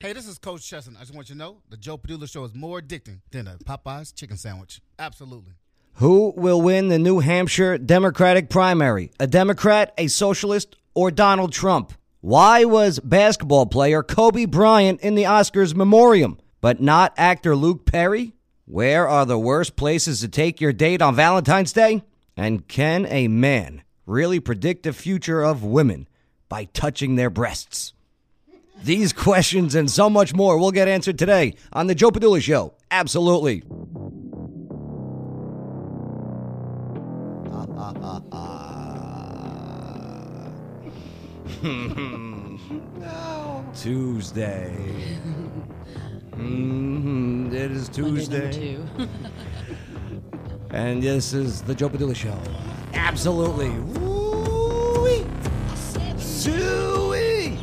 Hey, this is Coach Chesson. I just want you to know the Joe Padula show is more addicting than a Popeye's chicken sandwich. Absolutely. Who will win the New Hampshire Democratic primary? A Democrat, a socialist, or Donald Trump? Why was basketball player Kobe Bryant in the Oscars memoriam, but not actor Luke Perry? Where are the worst places to take your date on Valentine's Day? And can a man really predict the future of women by touching their breasts? These questions and so much more will get answered today on The Joe Padula Show. Absolutely. Tuesday. Mhm, It is Tuesday. and this is the Joe Padilla Show. Absolutely. Woo-wee. Suey.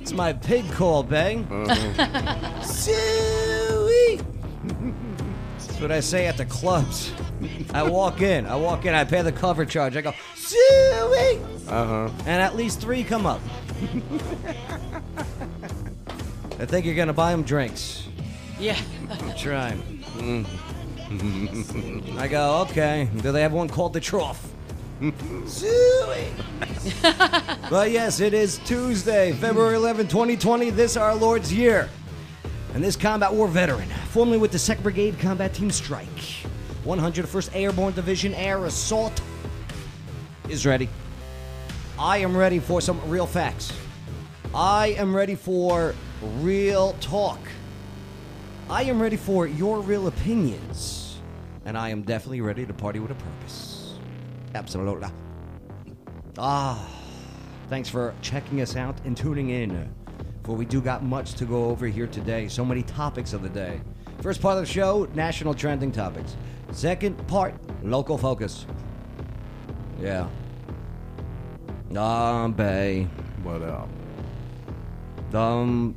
It's my pig call, Bang. Suey. That's what I say at the clubs. I walk in, I walk in, I pay the cover charge. I go, Suey. Uh huh. And at least three come up. I think you're gonna buy them drinks. Yeah. I'm trying. I go, okay. Do they have one called the trough? Suey. but yes, it is Tuesday, February 11, 2020. This our Lord's year. And this combat war veteran, formerly with the 2nd Brigade Combat Team Strike, 101st Airborne Division Air Assault, is ready. I am ready for some real facts. I am ready for real talk. I am ready for your real opinions. And I am definitely ready to party with a purpose. Absolutely. Ah, thanks for checking us out and tuning in. For we do got much to go over here today. So many topics of the day. First part of the show, national trending topics. Second part, local focus. Yeah. Um, bae. What up? Um,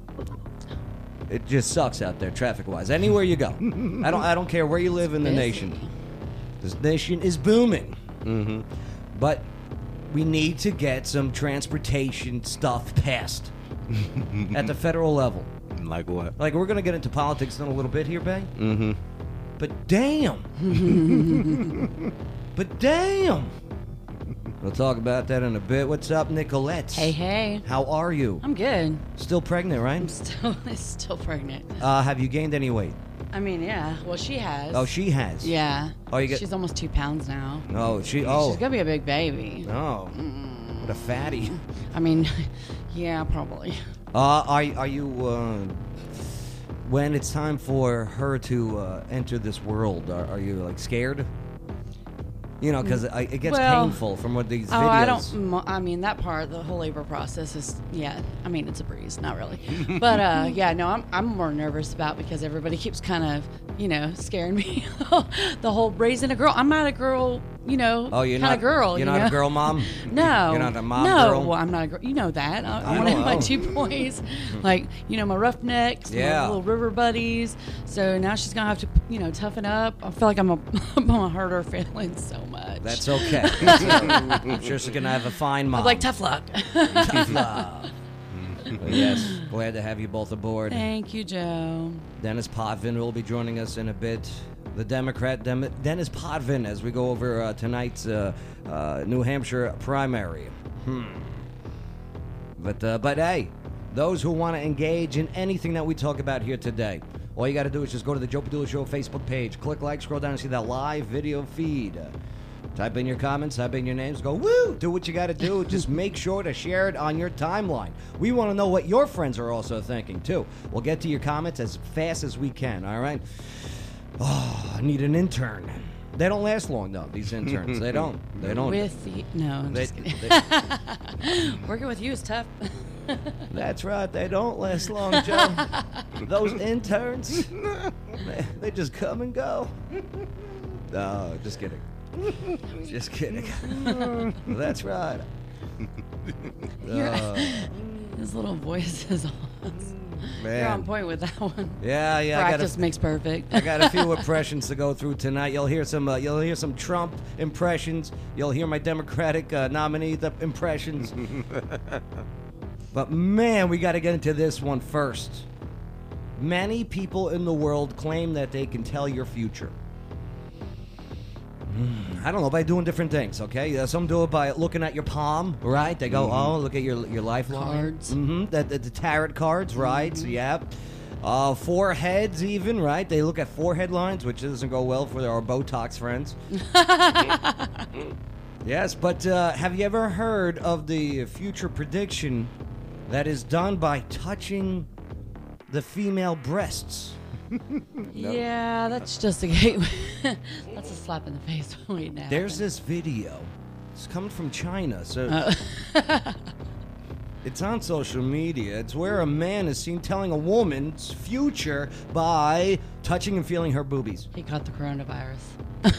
it just sucks out there, traffic-wise. Anywhere you go, I don't, I don't care where you live in the Busy. nation. This nation is booming. Mm-hmm. But we need to get some transportation stuff passed at the federal level. Mm-hmm. Like what? Like we're gonna get into politics in a little bit here, Bay. Mm-hmm. But damn. but damn. We'll talk about that in a bit. What's up, Nicolette? Hey, hey. How are you? I'm good. Still pregnant, right? Still, still pregnant. Uh, have you gained any weight? I mean, yeah. Well, she has. Oh, she has. Yeah. Oh, you get- She's almost two pounds now. Oh, she. Oh. She's gonna be a big baby. oh. What a fatty. I mean, yeah, probably. Uh, are are you? Uh, when it's time for her to uh, enter this world, are, are you like scared? You know, because it gets Mm, Well- painful from what these Oh, videos. I don't. mo- I mean, that part, the whole labor process is. Yeah. I mean, it's a breeze. Not really. But uh, yeah, no, I'm I'm more nervous about because everybody keeps kind of, you know, scaring me. the whole raising a girl. I'm not a girl. You know. Oh, you're kind not of girl. You're you not know? a girl mom. No. You're not a mom no, girl? well, I'm not a girl. You know that. I, I I wanted know. my two boys, like, you know, my roughnecks, Yeah. my little river buddies. So now she's going to have to, you know, toughen up. I feel like I'm a, I'm going to hurt her feelings so much. That's okay. I'm sure she's gonna have a fine mom. I'm like, tough luck. But yes, glad to have you both aboard. Thank you, Joe. Dennis Potvin will be joining us in a bit. The Democrat Dem- Dennis Potvin, as we go over uh, tonight's uh, uh, New Hampshire primary. Hmm. But uh, but hey, those who want to engage in anything that we talk about here today, all you got to do is just go to the Joe Padula Show Facebook page, click like, scroll down, and see that live video feed. Uh, Type in your comments, type in your names, go woo, do what you got to do. Just make sure to share it on your timeline. We want to know what your friends are also thinking, too. We'll get to your comments as fast as we can, all right? Oh, I need an intern. They don't last long, though, these interns. they don't. They don't. With you. No, I'm They- Uh. just kidding. they- working with you is tough. That's right. They don't last long, Joe. Those interns, they, they just come and go. No, just kidding. Just kidding. That's right. Uh, His little voice is awesome. You're on point with that one. Yeah, yeah. I got, Practice a, makes perfect. I got a few impressions to go through tonight. You'll hear some. Uh, you'll hear some Trump impressions. You'll hear my Democratic uh, nominee the impressions. but man, we got to get into this one first. Many people in the world claim that they can tell your future. Mm, I don't know by doing different things. Okay, Uh, some do it by looking at your palm, right? They go, "Oh, look at your your lifeline." Cards. hmm The, the, the tarot cards, right? Yep. Uh, foreheads, even right? They look at forehead lines, which doesn't go well for our Botox friends. yes, but uh, have you ever heard of the future prediction that is done by touching the female breasts? Yeah, that's just a gateway. that's a slap in the face when we know. There's this video. It's coming from China, so it's on social media. It's where a man is seen telling a woman's future by touching and feeling her boobies. he caught the coronavirus.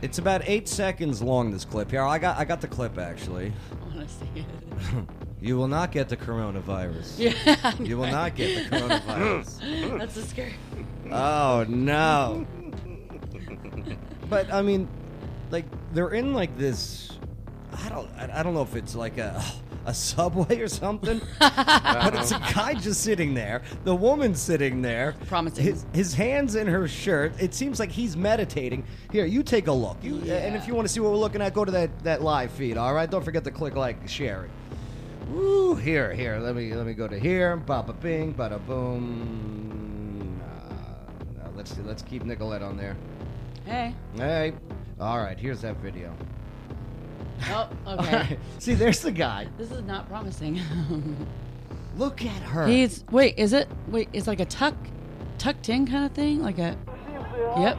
It's about eight seconds long. This clip here, I got, I got the clip actually. I want to see it. You will not get the coronavirus. Yeah, You will not get the coronavirus. that's a scary. Oh no. but I mean, like they're in like this. I don't. I, I don't know if it's like a a subway or something. but it's a guy just sitting there. The woman sitting there. Promising. His, his hands in her shirt. It seems like he's meditating. Here, you take a look. You and if Yeah. you want to see what we're looking at, go to that that live feed. All right. Don't forget to click like share it. Ooh, here, here. Let me let me go to here. Bada bing, bada boom. Uh, no, let's let's keep Nicolette on there. Hey. Hey, all right. Here's that video. Oh, All okay. right. See, there's the guy. This is not promising. Look at her. He's wait. Is it wait? It's like a tuck, tucked in kind of thing, like a. Yep.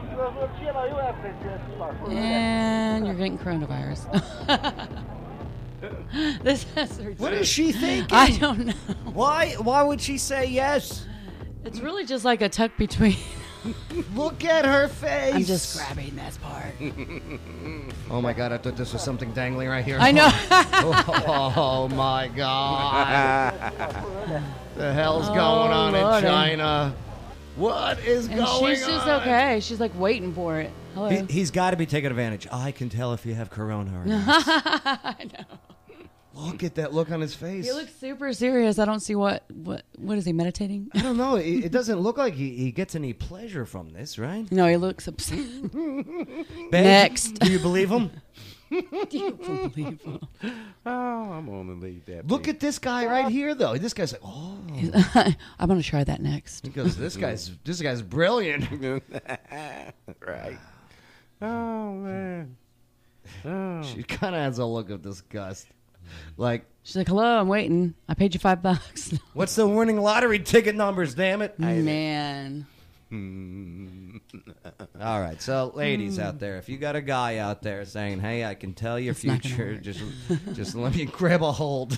And you're getting coronavirus. this has what is she thinking? I don't know. Why? Why would she say yes? It's really just like a tuck between. Look at her face. I'm just grabbing this part. Oh my god! I thought this was something dangling right here. I know. oh my god. the hell's going on Oh, Lordy. in China? What is and going she's just on? okay. She's like waiting for it. Hello. He, has got to be taken advantage. I can tell if you have corona. Or not. I know. Look at that look on his face. He looks super serious. I don't see what what what is he meditating? I don't know. It, it doesn't look like he, he gets any pleasure from this, right? No, he looks upset. Babe, Next. Do you believe him? Unbelievable. Oh, I'm gonna leave that. Look be. at this guy right here, though. This guy's like, oh, I'm gonna try that next. he goes, this guy's this guy's brilliant. right. Oh man. Oh. She kind of has a look of disgust, like. She's like, "Hello, I'm waiting. I paid you five bucks." What's the winning lottery ticket numbers? Damn it! Man, All right, so ladies Hmm. out there, if you got a guy out there saying, "Hey, I can tell your not gonna future," work. just just let me grab a hold.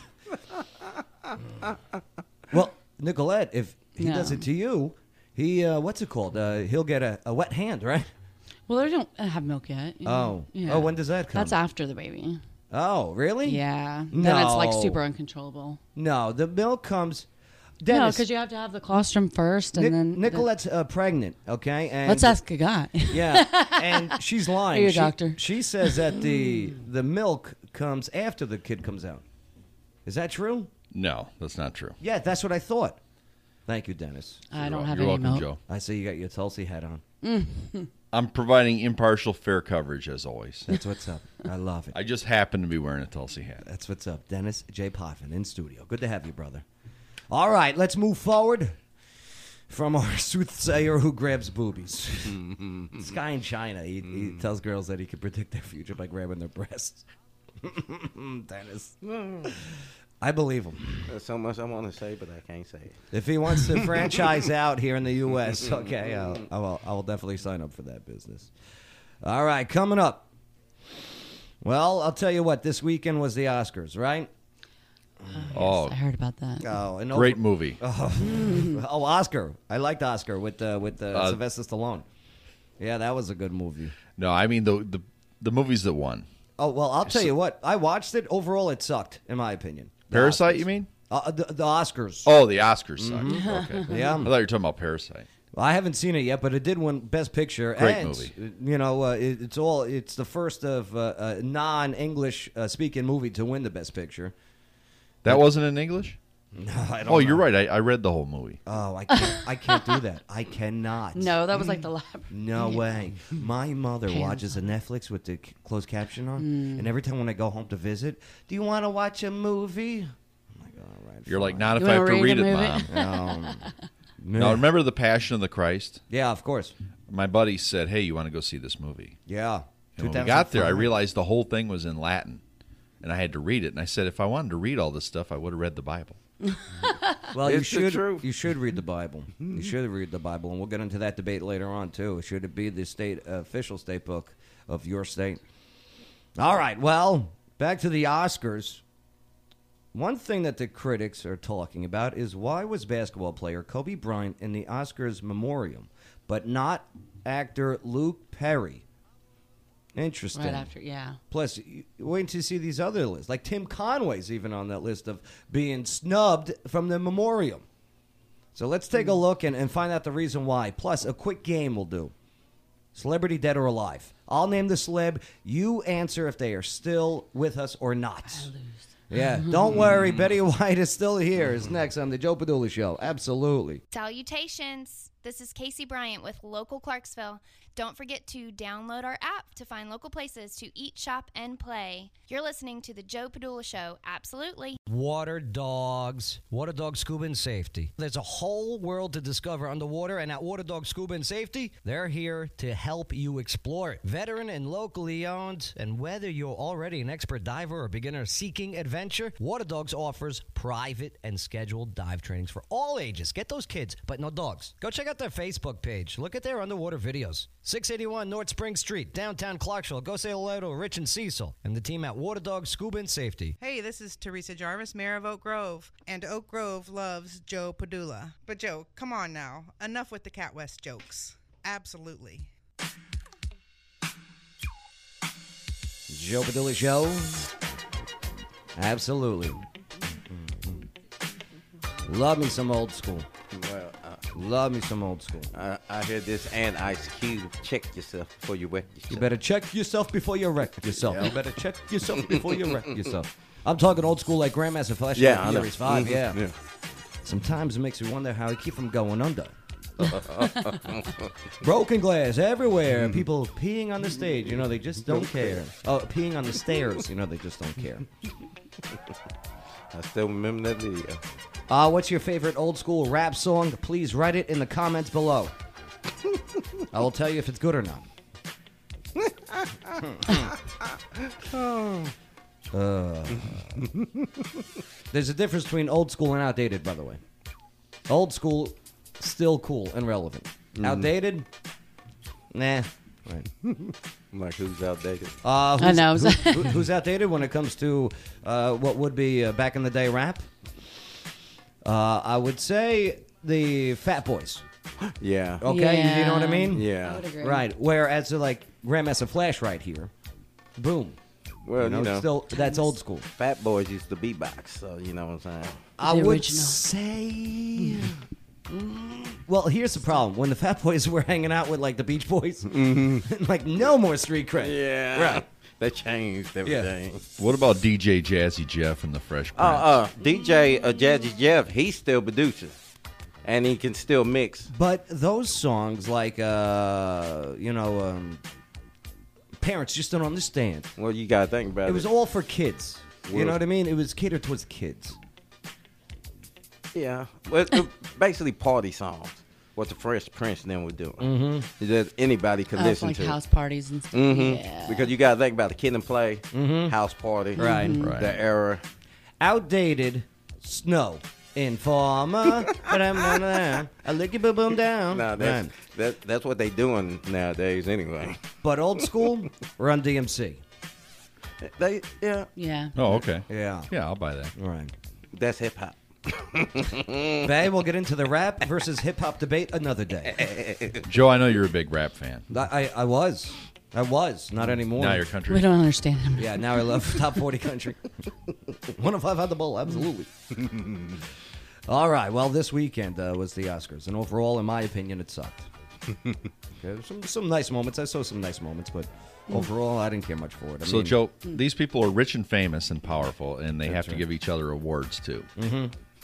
well, Nicolette, if he does No. it to you, he uh, what's it called? Uh, he'll get a, a wet hand, right? well, they don't uh, have milk yet. you know? Oh, oh, when does that come? Mm, That's after the baby. oh, really? Yeah, then it's like No. super uncontrollable. No, the milk comes. No, Dennis, because you have to have the colostrum first, and Nic- then Nicolette's uh, pregnant. Okay, and Let's ask a guy. Yeah, and she's lying. Here, she, doctor. She says that the the milk comes after the kid comes out. Is that true? No, that's not true. Yeah, that's what I thought. Thank you, Dennis. I You're- don't have You're any welcome, milk. Joe. I see you got your Tulsi hat on. I'm providing impartial, fair coverage as always. That's what's up. I love it. I just happen to be wearing a Tulsi hat. That's what's up. Dennis J. Poffin in studio. Good to have you, brother. All right, let's move forward from our soothsayer who grabs boobies. this guy in China, he, he tells girls that he can predict their future by grabbing their breasts. Dennis. I believe him. There's so much I want to say, but I can't say it. If he wants to franchise out here in the U.S., okay, I'll, I will, I will definitely sign up for that business. All right, coming up. Well, I'll tell you what, this weekend was the Oscars, right? Oh, I heard about that. Oh, and great movie. Oh, Oscar. I liked Oscar with uh, with uh, Uh, Sylvester Stallone. Yeah, that was a good movie. No, I mean the the the movies that won. Oh well, I'll tell you what. I watched it. Overall, it sucked, in my opinion. The Parasite, Oscars. you mean? Uh, the, the Oscars. Oh, the Oscars suck. Okay. Yeah. I thought you were talking about Parasite. I haven't seen it yet, but it did win Best Picture. Great and, movie. uh, You know, uh, it, it's all. It's the first of uh, uh, non English uh, speaking movie to win the Best Picture. That wasn't in English? No, I don't Oh, you're know. right. I, I read the whole movie. Oh, I can't, I can't do that. I cannot. No, that was like the lab. No way. My mother Hands watches a Netflix with the c- closed caption on, and every time when I go home to visit, do you want to watch a movie? I'm like, all right. You're like, fine." not if You I have wanna to read a read it, movie? Mom. Um, Now, no, remember The Passion of the Christ? yeah, of course. My buddy said, hey, you want to go see this movie? Yeah. And when we got there, I 2005. realized the whole thing was in Latin, and I had to read it. And I said, if I wanted to read all this stuff, I would have read the Bible. Well, you It's the should truth. Mm-hmm. you should read the Bible. You should read the Bible, and we'll get into that debate later on too. Should it be the state uh, official state book of your state? All right. Well, back to the Oscars. One thing that the critics are talking about is why was basketball player Kobe Bryant in the Oscars memoriam, but not actor Luke Perry? Interesting. Right after, yeah. Plus, you- wait to see these other lists. Like Tim Conway's even on that list of being snubbed from the memoriam. So let's take a look and, and find out the reason why. Plus, a quick game will do. Celebrity dead or alive. I'll name the celeb. You answer if they are still with us or not. Yeah, don't worry. Betty White is still here. Is next on the Joe Padula Show. Absolutely. Salutations! This is Casey Bryant with Local Clarksville. Don't forget to download our app to find local places to eat, shop, and play. You're listening to The Joe Padula Show, absolutely. Water dogs, water dog scuba and safety. There's a whole world to discover underwater, and at Water Dog Scuba and Safety, they're here to help you explore it. Veteran and locally owned, and whether you're already an expert diver or beginner seeking adventure, Water Dogs offers private and scheduled dive trainings for all ages. Get those kids, but no dogs. Go check out their Facebook page. Look at their underwater videos. 681 North Spring Street, downtown Clarksville. Go say hello to Rich and Cecil and the team at Water Dog Scuba and Safety. Hey, this is Teresa Jarvis, Mayor of Oak Grove, and Oak Grove loves Joe Padula. But Joe, come on now, enough with the Cat West jokes. Absolutely. Joe Padilla Show. Absolutely. Love me some old school. Well, uh, Love me some old school. I, I hear this and Ice Cube. Check yourself before you wreck yourself. You better check yourself before you wreck yourself. You better check yourself before you wreck yourself. I'm talking old school like Grandmaster Flash. yeah, I know. Fury's 5 Mhm, yeah. Sometimes it makes me wonder how I keep from going under. Broken glass everywhere. People peeing on the stage. You know, they just don't care. Mm-hmm. Oh, peeing on the stairs. You know, they just don't care. I still remember that video. Uh, what's your favorite old school rap song? Please write it in the comments below. I will tell you if it's good or not. Uh, there's a difference between old school and outdated, by the way. Old school, still cool and relevant. Outdated, nah. Right. I'm like, who's outdated? Uh, I know. who's- who- who's outdated when it comes to uh, what would be uh, back in the day rap? Uh, I would say the Fat Boys. Yeah. Okay, you- you know what I Yeah. mean? Yeah. I would agree. Right. Whereas uh, like Grandmaster Flash right here, boom. Well, Uh, you know, still that's old school. Fat Boys used to beatbox, so you know what I'm saying. I The would original. say. Mm, Well, here's the problem. When the Fat Boys were hanging out with like the Beach Boys, like no more street cred. Mm-hmm. Yeah. Right. They changed everything. What about DJ Jazzy Jeff and the Fresh Prince? Uh, Oh, uh, DJ uh, Jazzy Jeff, he still produces, and he can still mix. But those songs, like uh, you know, um, parents just don't understand. Well, you gotta think about it. It was all for kids. You know what I mean? It was catered towards kids. yeah. Well, it- basically party songs. What the Fresh Prince then would do. Mm-hmm. That anybody could Oh, it's listen like to. house parties and stuff. Mhm. Yeah. Because you gotta think about the kid and play, house party, Right. Mhm. Right. The era. Outdated snow informer. Ba-dum-dum-dum. I lick your boom boom down. No, that's Right. that, that's what they doing nowadays anyway. But old school, Run DMC. They yeah, yeah. oh, okay. Yeah. Yeah, I'll buy that. Right. that's hip hop. Bay, we'll get into the rap versus hip hop debate another day. Joe, I know you're a big rap fan. I, I, I was. I was. Not anymore. Now your We country. don't understand him. Yeah, now I love top 40 country. 105 had the ball, absolutely. All right, well, this weekend uh, was the Oscars, and overall, in my opinion, it sucked. okay, some, some nice moments. I saw some nice moments, but overall, I didn't care much for it. I So, mean, Mm-hmm. Joe, these people are rich and famous and powerful, and they have to give each other awards too.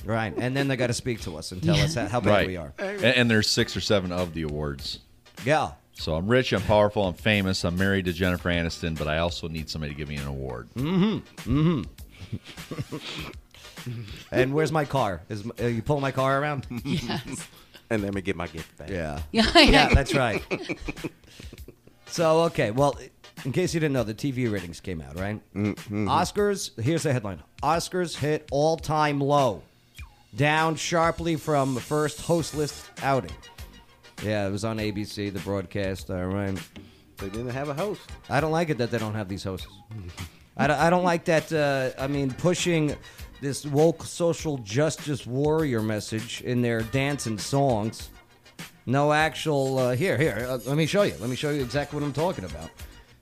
Right. And then they got to speak to us and tell us how, how bad right. we are. And, and there's six or seven of the awards. Yeah. So I'm rich, I'm powerful, I'm famous, I'm married to Jennifer Aniston, but I also need somebody to give me an award. Mm-hmm. And where's my car? Is uh, you pull my car around? Yes. And let me get my gift back. Yeah. Yeah, yeah. Yeah, that's right. so, okay. Well, in case you didn't know, the TV ratings came out, right? Oscars, here's the headline Oscars hit all time low, down sharply from first host list outing. Yeah, it was on ABC, the broadcast. All right. They didn't have a host. I don't like it that they don't have these hosts. I don't, I don't like that. Uh, I mean, pushing this woke social justice warrior message in their dance and songs. No actual. Uh, here, here. Uh, let me show you. Let me show you exactly what I'm talking about.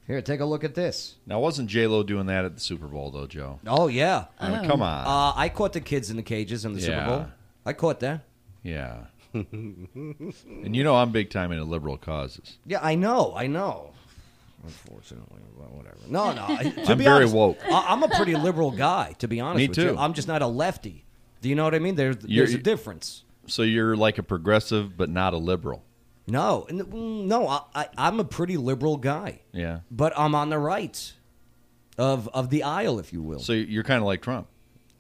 Here, take a look at this. Now, wasn't J Lo doing that at the Super Bowl though, Joe? Oh yeah. I mean, come on, Uh, I caught the kids in the cages in the Super Uh-huh. Yeah. Bowl. I caught that. yeah. and you know I'm big time into liberal causes. Yeah, I know. I know. Unfortunately, but whatever. No, no. I- to I'm be very honest, woke. I, I'm a pretty liberal guy, to be honest Me with too. you. I'm just not a lefty. Do you know what I mean? There's You're- there's a difference. So you're like a progressive, but not a liberal. No, n- mm, no. I, I I'm a pretty liberal guy, Yeah. but I'm on the right of of the aisle, if you will. So you're kind of like Trump.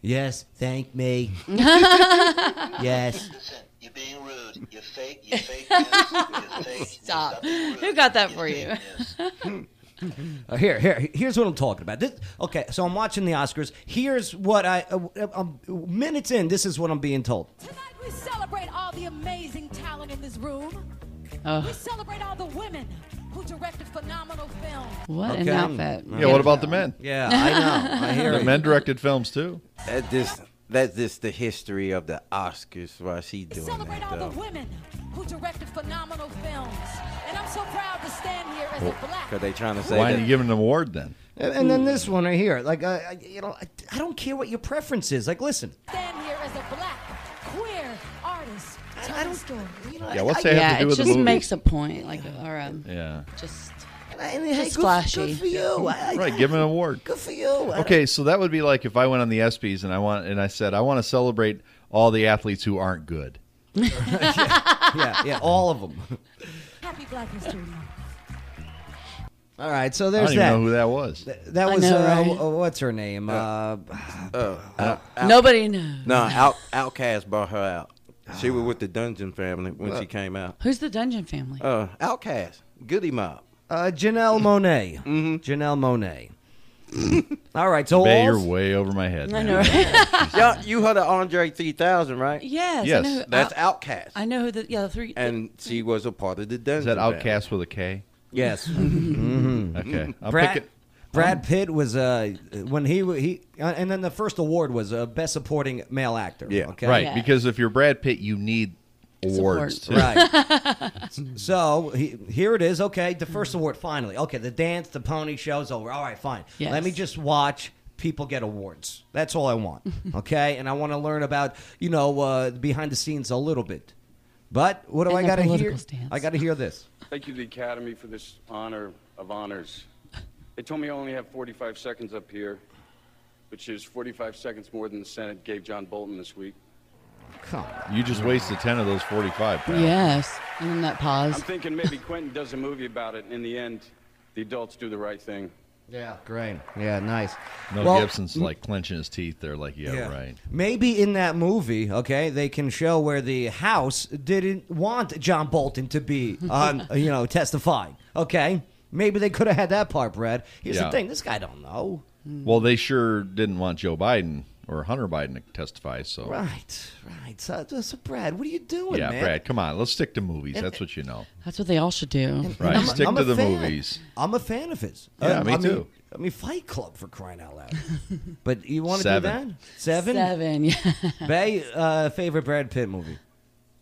yes, thank me. yes. Listen, you're being rude. You're fake. You're fake. News. You're fake. news. Stop. Stop being rude. Who got that You're for fake you? news. Uh, here, here, here's what I'm talking about. This, okay, so I'm watching the Oscars. Here's what I, uh, um, minutes in, this is what I'm being told. Tonight we celebrate all the amazing talent in this room. We Oh, celebrate all the women who directed phenomenal films. what an Okay. outfit. Yeah. What about the men? Yeah, I know. I hear The you. men directed films too. That just that's just the history of the Oscars. Why she We doing celebrate that all the though? women who directed phenomenal films. And I'm so proud to stand here as a black. Cause they trying to say Why that- didn't you give an award then? And, and then this one right here, like I, I you know, I, I don't care what your preference is. Like, listen, Stand here as a black queer artist. Tell I the don't- story. you know, Yeah. What's that have Yeah, to do it with the just movie? makes a point, like, or um, yeah. just I, and hey, Just good, flashy. Good for you. I, I- Right. Give an award. Good for you. I- Okay, so that would be like if I went on the ESPYS and I want and I said I want to celebrate all the athletes who aren't good. yeah, yeah, all of them. Happy Black History Month. All right, so I there's don't even that. know who that was. that I was know, uh, right? w- uh, what's her name? Uh, nobody knows. No, out, Outcast brought her out. She was with the Dungeon family when she came out. Who's the Dungeon Family? Uh, Outcast, Goody Mob. uh, Janelle Monet. Mm-hmm. Janelle Monet. all right, so Bay, all- you're way over my head. I man. know. Right? Y'all, you heard of Andre 3000, right? yes. Yes, I know who, That's I, Outcast. I know who the yeah the three. and she was a part of the Is Dungeon. that family. Outcast with a K? yes. Okay, I'll pick Brad, it. Brad Pitt was uh when he he uh, and then the first award was uh, best supporting male actor. Yeah. okay, Right, Yeah. because if you're Brad Pitt, you need awards. too. right. so he, here it is. Okay, the first award finally. Okay, the dance, the pony show's over. All right, fine. Yes. Let me just watch people get awards. That's all I want. okay, and I want to learn about you know uh, behind the scenes a little bit. But what do And I their got to hear? political stance. I got to hear this. Thank you to the Academy for this honor of honors. They told me I only have 45 seconds up here, which is 45 seconds more than the Senate gave John Bolton this week. Come on. You just wasted ten of those forty-five. pal. yes, and then that pause. I'm thinking maybe Quentin does a movie about it, and in the end, the adults do the right thing. Yeah, great. Yeah, nice. Mel Well, Gibson's like clenching his teeth. They're like, yeah, right. Maybe in that movie, okay, they can show where the House didn't want John Bolton to be on, you know, testifying. Okay, maybe they could have had that part, Brad. Here's Yeah. the thing: this guy don't know. Well, they sure didn't want Joe Biden or Hunter Biden to testify. So, Right, right. So, so Brad, what are you doing, yeah, man? Brad, come on, let's stick to movies. That's what you know, That's what they all should do. right? I'm a- stick I'm to a the fan. movies. I'm a fan of his. Um, Yeah, me I mean- too. I mean, Fight Club for crying out loud. but you want to do that? Seven. Seven. Seven. Yeah. Bay, uh, favorite Brad Pitt movie.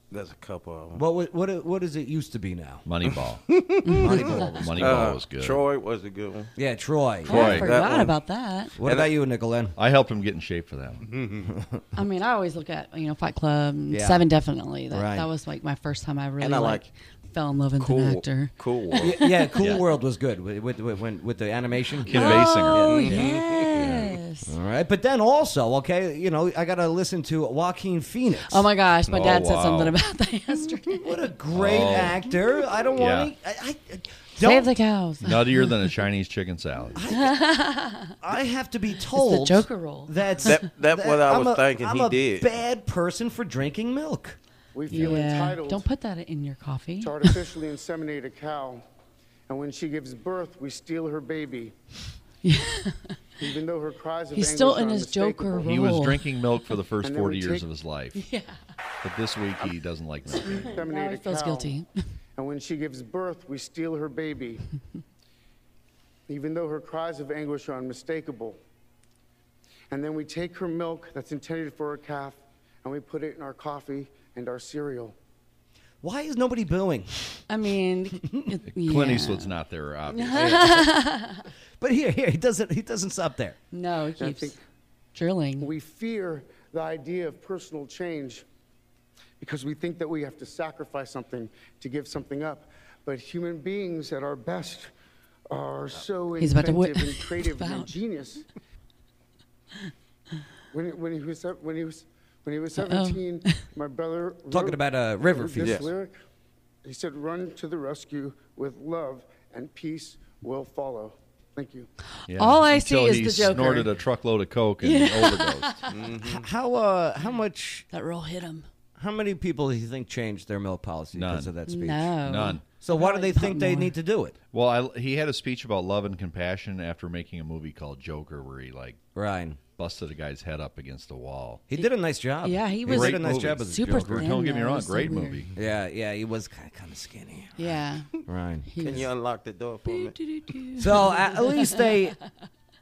There's a couple of them. What wa- what what is it used to be now? Moneyball. Moneyball. was- Moneyball was good. Uh, Troy was a good one. yeah, Troy. Oh, I Right, that forgot one. about that. What about you, Nicolette? I helped him get in shape for that Mm-hmm. one. I mean, I always look at you know Fight Club and Yeah. Seven definitely. That, Right. that was like my first time I really And I like, like- fell in love with Cool. an actor. Cool Yeah, yeah, Cool World was good with with, with, when, with the animation. Kid Basinger. Oh, yes. All right, but then also, okay, you know, I gotta listen to Joaquin Phoenix. Oh my gosh, my Oh, dad said wow. something about that yesterday. What a Great actor. I don't Oh. Yeah. want to. I, I, Save the cows. Nuttier than a Chinese chicken salad. I have to be told Joker role. That's That- that what I I'm was a- thinking I'm he a did. Bad person for drinking milk. We feel yeah. entitled Don't put that in your coffee. to artificially inseminate a cow, and when she gives birth, we steal her baby. Even though her cries of He's anguish still are in his unmistakable. Joker He was drinking milk for the first And then 40 we years take- of his life. Yeah. But this week he doesn't like milk. Inseminate Now he a feels cow, guilty. and when she gives birth, we steal her baby. Even though her cries of anguish are unmistakable. And then we take her milk that's intended for her calf, and we put it in our coffee and our cereal. Why is nobody booing? I mean, it- Clint yeah. Eastwood's not there, obviously. but here, here, he doesn't. He doesn't stop there. No, he And I keeps think- drilling. We fear the idea of personal change because we think that we have to sacrifice something to give something up. But human beings at our best are so He's about to inventive whi- and creative and about. ingenious. When, when he was se- when he was when um, he was Uh-oh. 17, my brother Talking wrote about, uh, River this Phoenix. Yes. lyric. He said, "Run to the rescue with love, and peace will follow." Thank you. Yeah, All I see until is he the Joker. snorted a truckload of coke and Yeah. overdosed. H- How uh, how much? That roll hit him. How many people do you think changed their milk policy because of that speech? No. None. So why do Probably they think not they more. need to do it? Well, I, he had a speech about love and compassion after making a movie called Joker, where he like right. busted a guy's head up against a wall. He did a nice job. Yeah, he was did a nice movie. job as a Joker. Don't get me wrong, great weird. movie. Yeah, yeah, he was kind of skinny. Yeah. Right. Can you unlock the door for me? So at at least they,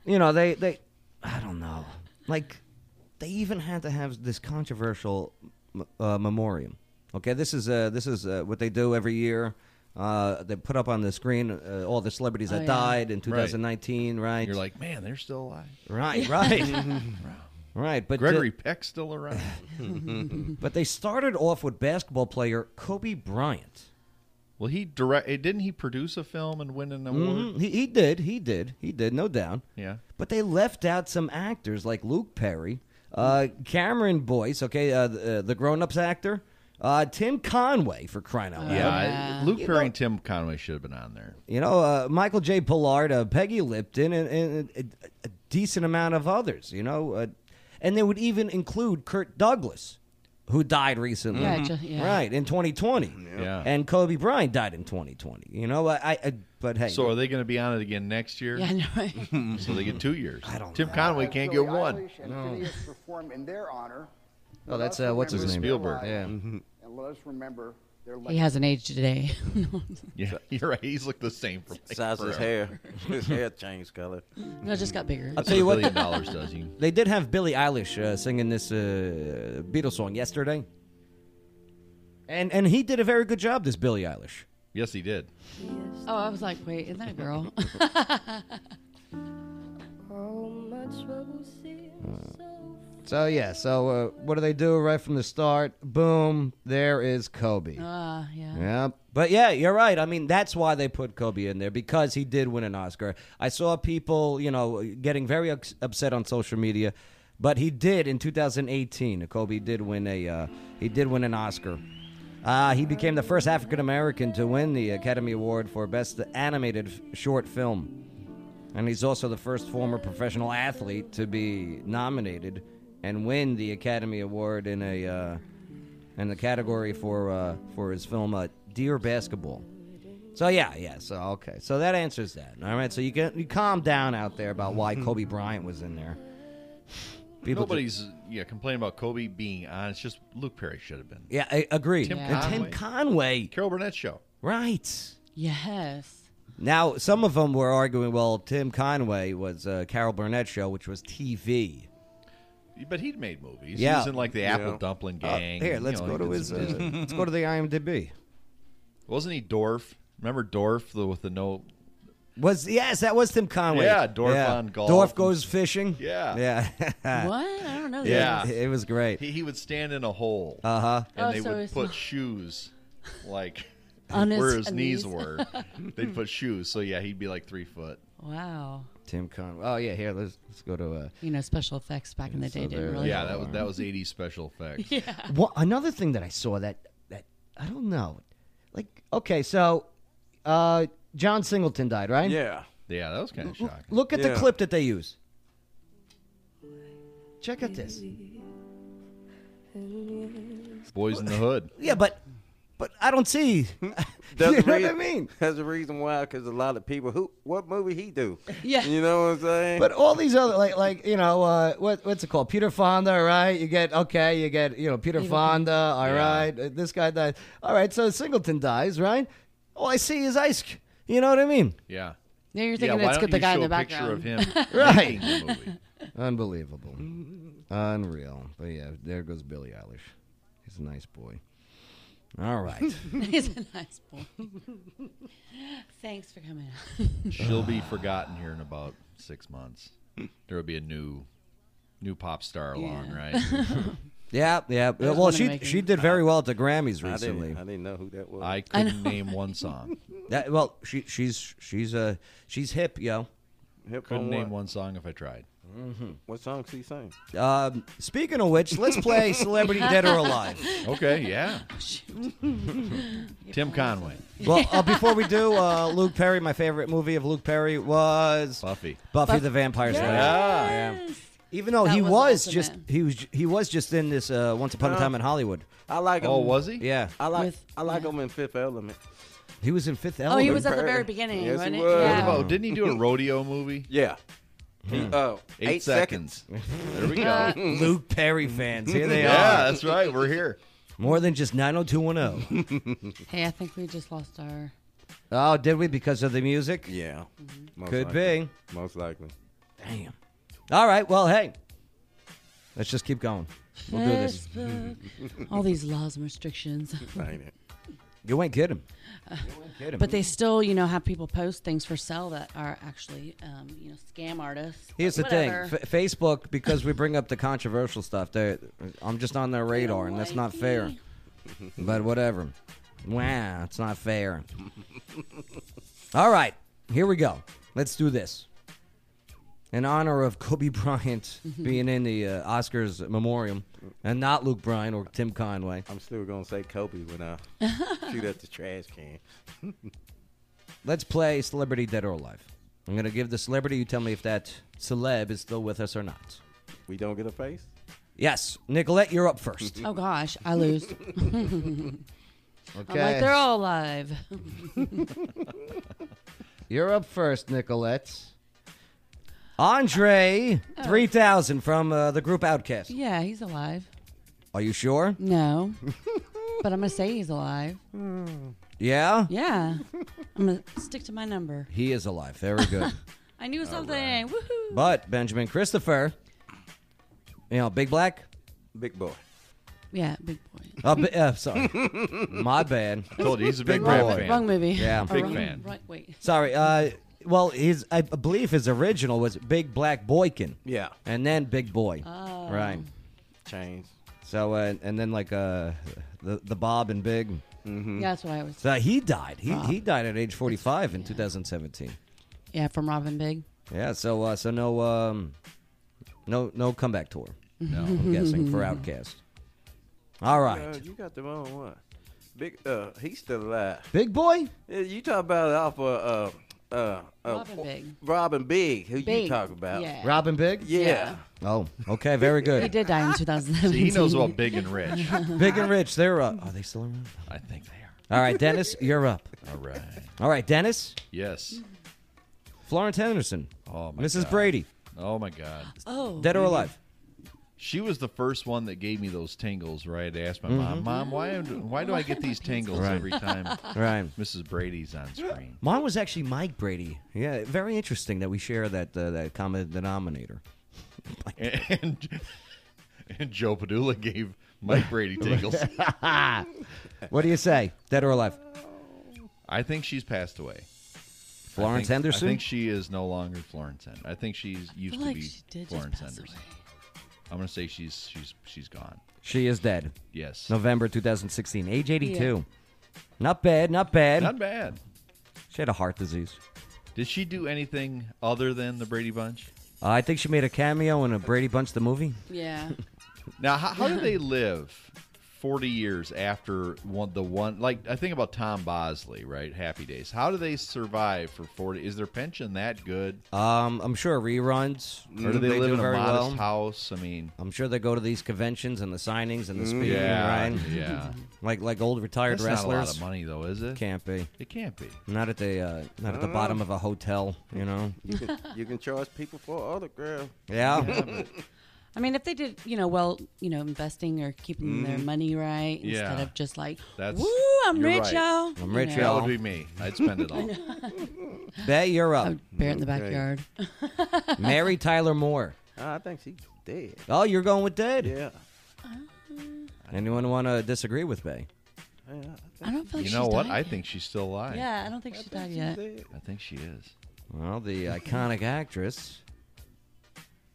you know, they they, I don't know, like they even had to have this controversial m- uh, memoriam. Okay, this is uh, this is uh, what they do every year. Uh, they put up on the screen uh, all the celebrities Oh, that yeah. died in Right. 2019. Right. You're like, man, they're still alive. Right. Right. right. But Gregory uh, Peck's still around. but they started off with basketball player Kobe Bryant. well, he direct. eh, Didn't he produce a film and win an award? Mhm. He, he did. He did. He did. No doubt. Yeah. But they left out some actors like Luke Perry, uh, Cameron Boyce, okay, uh, the, uh, the grown ups actor, uh, Tim Conway, for crying out loud. Yeah, I- Luke Perry and Tim Conway should have been on there. You know, uh, Michael J. Pollard, uh, Peggy Lipton, and, and a, a decent amount of others, you know. Uh, and they would even include Kurt Douglas, who died recently. Yeah, ju- yeah. Right, in 2020. Yeah. And Kobe Bryant died in 2020. You know, I, I, I but hey. So are they going to be on it again next year? Yeah, I know, right? so they get two years. I don't Tim Conway can't get one. Eilish and Phineas perform in their honor. Oh, that's, Let us uh, what's his remember name? their Spielberg. lives Yeah. And let us remember their He hasn't aged today. Yeah, you're right. He's looked the same for like Size his forever. hair. his hair changed color. no, it just got bigger. I'll That's tell you what what, a billion dollars does you. They did have Billie Eilish uh, singing this uh, Beatles song yesterday, and and he did a very good job. This Billie Eilish. Yes, he did. Oh, I was like, wait, isn't that a girl? So yeah, so uh, what do they do right from the start? Boom, there is Kobe. Ah, yeah. Yep. But yeah, you're right. I mean, that's why they put Kobe in there because he did win an Oscar. I saw people, you know, getting very ups- upset on social media, but he did in 2018. Kobe did win a uh, he did win an Oscar. Uh, he became the first African American to win the Academy Award for Best Animated F- Short Film. And he's also the first former professional athlete to be nominated and win the Academy Award in a uh, in the category for uh, for his film uh, Dear Basketball. So yeah, yeah. So okay. So that answers that. All right. So you can you calm down out there about why Mm-hmm. Kobe Bryant was in there. ju- Nobody's yeah complaining about Kobe being on. It's just Luke Perry should have been. yeah, I agree. Tim and Tim Conway. Conway, Carol Burnett show. right? yes. Now, some of them were arguing, well, Tim Conway was uh, Carol Burnett show, which was TV. But he'd made movies. Yeah. He was in like the Yeah. Apple Dumpling Uh, Gang. here, you let's know, go he to did his. some Uh, business. let's go to the IMDb. Wasn't he Dorf? Remember Dorf the, with the no? Was yes, that was Tim Conway. Yeah, Dorf on golf. Dorf goes fishing. Yeah. yeah. What? I don't know. Yeah, it was great. He, he would stand in a hole. Uh huh. And Oh, they so would it's put not- shoes like On his where his knees knees. were, they'd put shoes. So yeah, he'd be like three foot. Wow. Tim Conway. Oh yeah, here let's let's go to. Uh, You know, special effects back in the So day didn't there- really. yeah, that was that was '80s special effects. Oh, Yeah. Well, another thing that I saw that that I don't know, like okay, so uh, John Singleton died, right? yeah, that was kind of shocking. Look at the Yeah. clip that they use. Check out this. Boys in the Hood. Yeah, but but I don't see. That's you know the what I reason- mean? That's the reason why, because a lot of people who what movie he do. Yeah. You know what I'm saying? But all these other like like you know uh, what what's it called Peter Fonda right you get okay you get you know Peter Peter Fonda all Yeah. right uh, this guy dies all right so Singleton dies right all I see is Ice C- you know what I mean Yeah. Yeah, you're Yeah, thinking why it's don't good the you guy in show the a picture background. of him? right Making the movie. unbelievable unreal but yeah there goes Billie Eilish he's a nice boy all right He's a nice boy. Thanks for coming out. She'll be forgotten here in about six months. There will be a new, new pop star along, right? yeah yeah I just well wanna she make she him- did very well at the Grammys I didn't- recently I didn't know who that was. I I know, couldn't name one song. That- well she she's she's uh she's hip yo Hip Couldn't on name what? one song if I tried. What songs he sing? Um, speaking of which, let's play Celebrity Dead or Alive. Okay, yeah. Tim Conway. Well, uh, before we do, uh, Luke Perry, my favorite movie of Luke Perry was Buffy. Buffy Buff- the Vampire Slayer. Yes! Ah. Yeah. Even though That he was was ultimate. just he was he was just in this uh, Once Upon a Huh? Time in Hollywood. I like him. Oh, was he? Yeah. I like I like him in Fifth Element. He was in Fifth Oh, Element. he was at the very beginning, Yes, wasn't he it? was. Yeah. Oh, didn't he do a rodeo movie? Yeah. Hmm. Mm-hmm. Oh, Eight eight seconds. there we Uh, go. Luke Perry fans. Here they Yeah, are. that's right. We're here. More than just 90210. Hey, I think we just lost our. oh, did we because of the music? Yeah. Mm-hmm. Most Could likely. Most likely. Damn. be. All right. Well, hey. Let's just keep going. We'll do this. Facebook. All these laws and restrictions. You ain't kidding. kidding. But they still, you know, have people post things for sale that are actually, um, you know, scam artists. Here's the Whatever. thing, F- Facebook, because we bring up the controversial stuff, they I'm just on their radar, and that's not fair. but whatever. Wow, it's not fair. All right, here we go. Let's do this. In honor of Kobe Bryant being in the uh, Oscars memoriam, and not Luke Bryan or Tim Conway. I'm still gonna say Kobe when I shoot at the trash can. Let's play Celebrity Dead or Alive. I'm going to give the celebrity, you tell me if that celeb is still with us or not. We don't get a face? Yes. Nicolette, you're up first. Oh gosh, I lose. I'm Okay. like they're all alive. You're up first, Nicolette. Andre 3000 from uh, the group Outcast. yeah, he's alive. Are you sure? No. But I'm gonna say he's alive. Yeah? Yeah, I'm gonna stick to my number. He is alive. Very good. I knew something. Woohoo! but Benjamin Christopher, you know, Big Black? Big boy. Yeah, big boy. Uh, bi- uh, sorry. My bad. Told you, he's a big Big Wrong- Brad fan. wrong movie. Yeah. Or Big wrong- fan. right- wait. Sorry. Uh, well, his I believe his original was Big Black Boykin. Yeah. And then Big Boy. Oh. Right. Chains. So, uh, and then like uh, the, the Bob and Big. Mm-hmm. Yeah, that's what I was. So he died. Ah. He, Bob. he died at age 45 in 2017. Yeah, from Robin Big. Yeah, so uh, so no um no no comeback tour. No. Mm-hmm, I'm guessing for Outcast. All right. Uh, you got the wrong one. Big uh he's still alive. Big boy? Yeah, you talk about it off of uh uh, uh Robin Big. Robin Big, who Big, you talk about. yeah. Robin Big? Yeah. Oh, okay, very He good. did die in 2017. See, he knows about Big and Rich. Big and Rich, they're up. Are they still around? I think they are. All right, Dennis, you're up. All right. All right, Dennis. Yes. Florence Henderson. Oh my Mrs. God. Brady. Oh my God. Oh. Dead or alive? She was the first one that gave me those tingles, right? I asked my mom, Mhm. "Mom, why why do I get these tingles Right. every time?" Right. Mrs. Brady's on screen. Mine was actually Mike Brady. Yeah, very interesting that we share that uh, that common denominator. and and Joe Padula gave Mike Brady tingles. what do you say? Dead or alive? I think she's passed away. Florence I think- Henderson? I think she is no longer Florence Henderson. I think she's used to like be she did just Florence pass Henderson. I'm gonna say she's she's she's gone. She is dead. Yes. November 2016, age 82. Not bad, not bad. Not bad. She had a heart disease. Did she do anything other than the Brady Bunch? Uh, I think she made a cameo in a Brady Bunch the movie. Yeah. Now, how, how do they live 40 years after one, the one? Like, I think about Tom Bosley, right? Happy Days. How do they survive for 40? Is their pension that good? Um, I'm sure reruns. Or do Mm, they, live in a very modest well. house? I mean, I'm sure they go to these conventions and the signings and the Mm. speaking, Yeah, right? yeah. Like like old retired That's not a wrestlers. lot of money, though, is it? Can't be. It can't be. Not at the uh, not at the Oh. Uh. bottom of a hotel, you know. You can, you can charge people for an autograph. Yeah. I mean, if they did, you know, well, you know, investing or keeping their Mhm. money right instead Mm-hmm. Yeah. of just like, That's- woo, I'm you're rich, right. y'all. I'm You rich, know. That would be me. I'd spend it all. Bet you're up. Bear in the backyard. Mary Tyler Moore. I think she's dead. Oh, you're going with dead. Yeah. Anyone want to disagree with Bay? I don't feel like you she's know what? died I yet. think she's still alive. Yeah, I don't think she died yet. I think she is. Well, the iconic actress.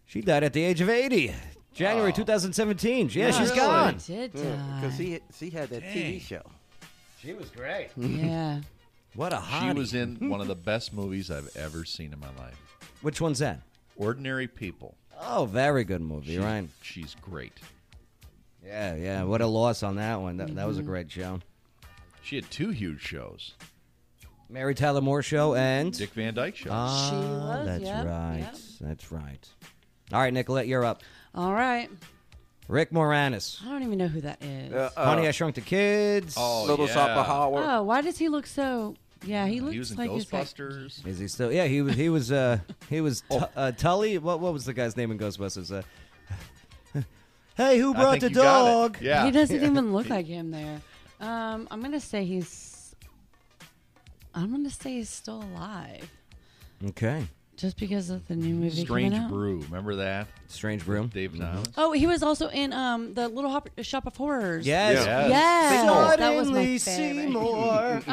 She died at the age of 80, Oh. January 2017. Yeah, she's she's gone. Did Because she, she had that TV show. She was great. Yeah. What a She hottie. was in one of the best movies I've ever seen in my life. Which one's that? Ordinary People. Oh, very good movie, She's- right? She's great. Yeah, yeah. What a loss on that one. That, that was a Mhm. great show. She had two huge shows. Mary Tyler Moore show and Dick Van Dyke show. Ah, She was, that's yep, right. yep. That's right. All right, Nicolette, you're up. All right. Rick Moranis. I don't even know who that is. Uh, Honey, I Shrunk the Kids. Uh, Oh, Little yeah. Shop of Horrors. oh, why does he look so? Yeah, he looks was in like he's got- Ghostbusters. Is he still? Yeah, he was. He was. Uh, he was. Oh. Tu- uh, Tully. What? What was the guy's name in Ghostbusters? Uh, hey, who I brought think the you got it. dog? Yeah. He doesn't even look He- like him there. Um, I'm gonna say he's. I'm gonna say he's still alive, Okay. just because of the new movie Strange coming out. Brew. Remember that? Strange Brew. Dave Niles. Oh, he was also in um the Little Hop- Shop of Horrors. Yes. Yeah. yes, Seymour. that was my Suddenly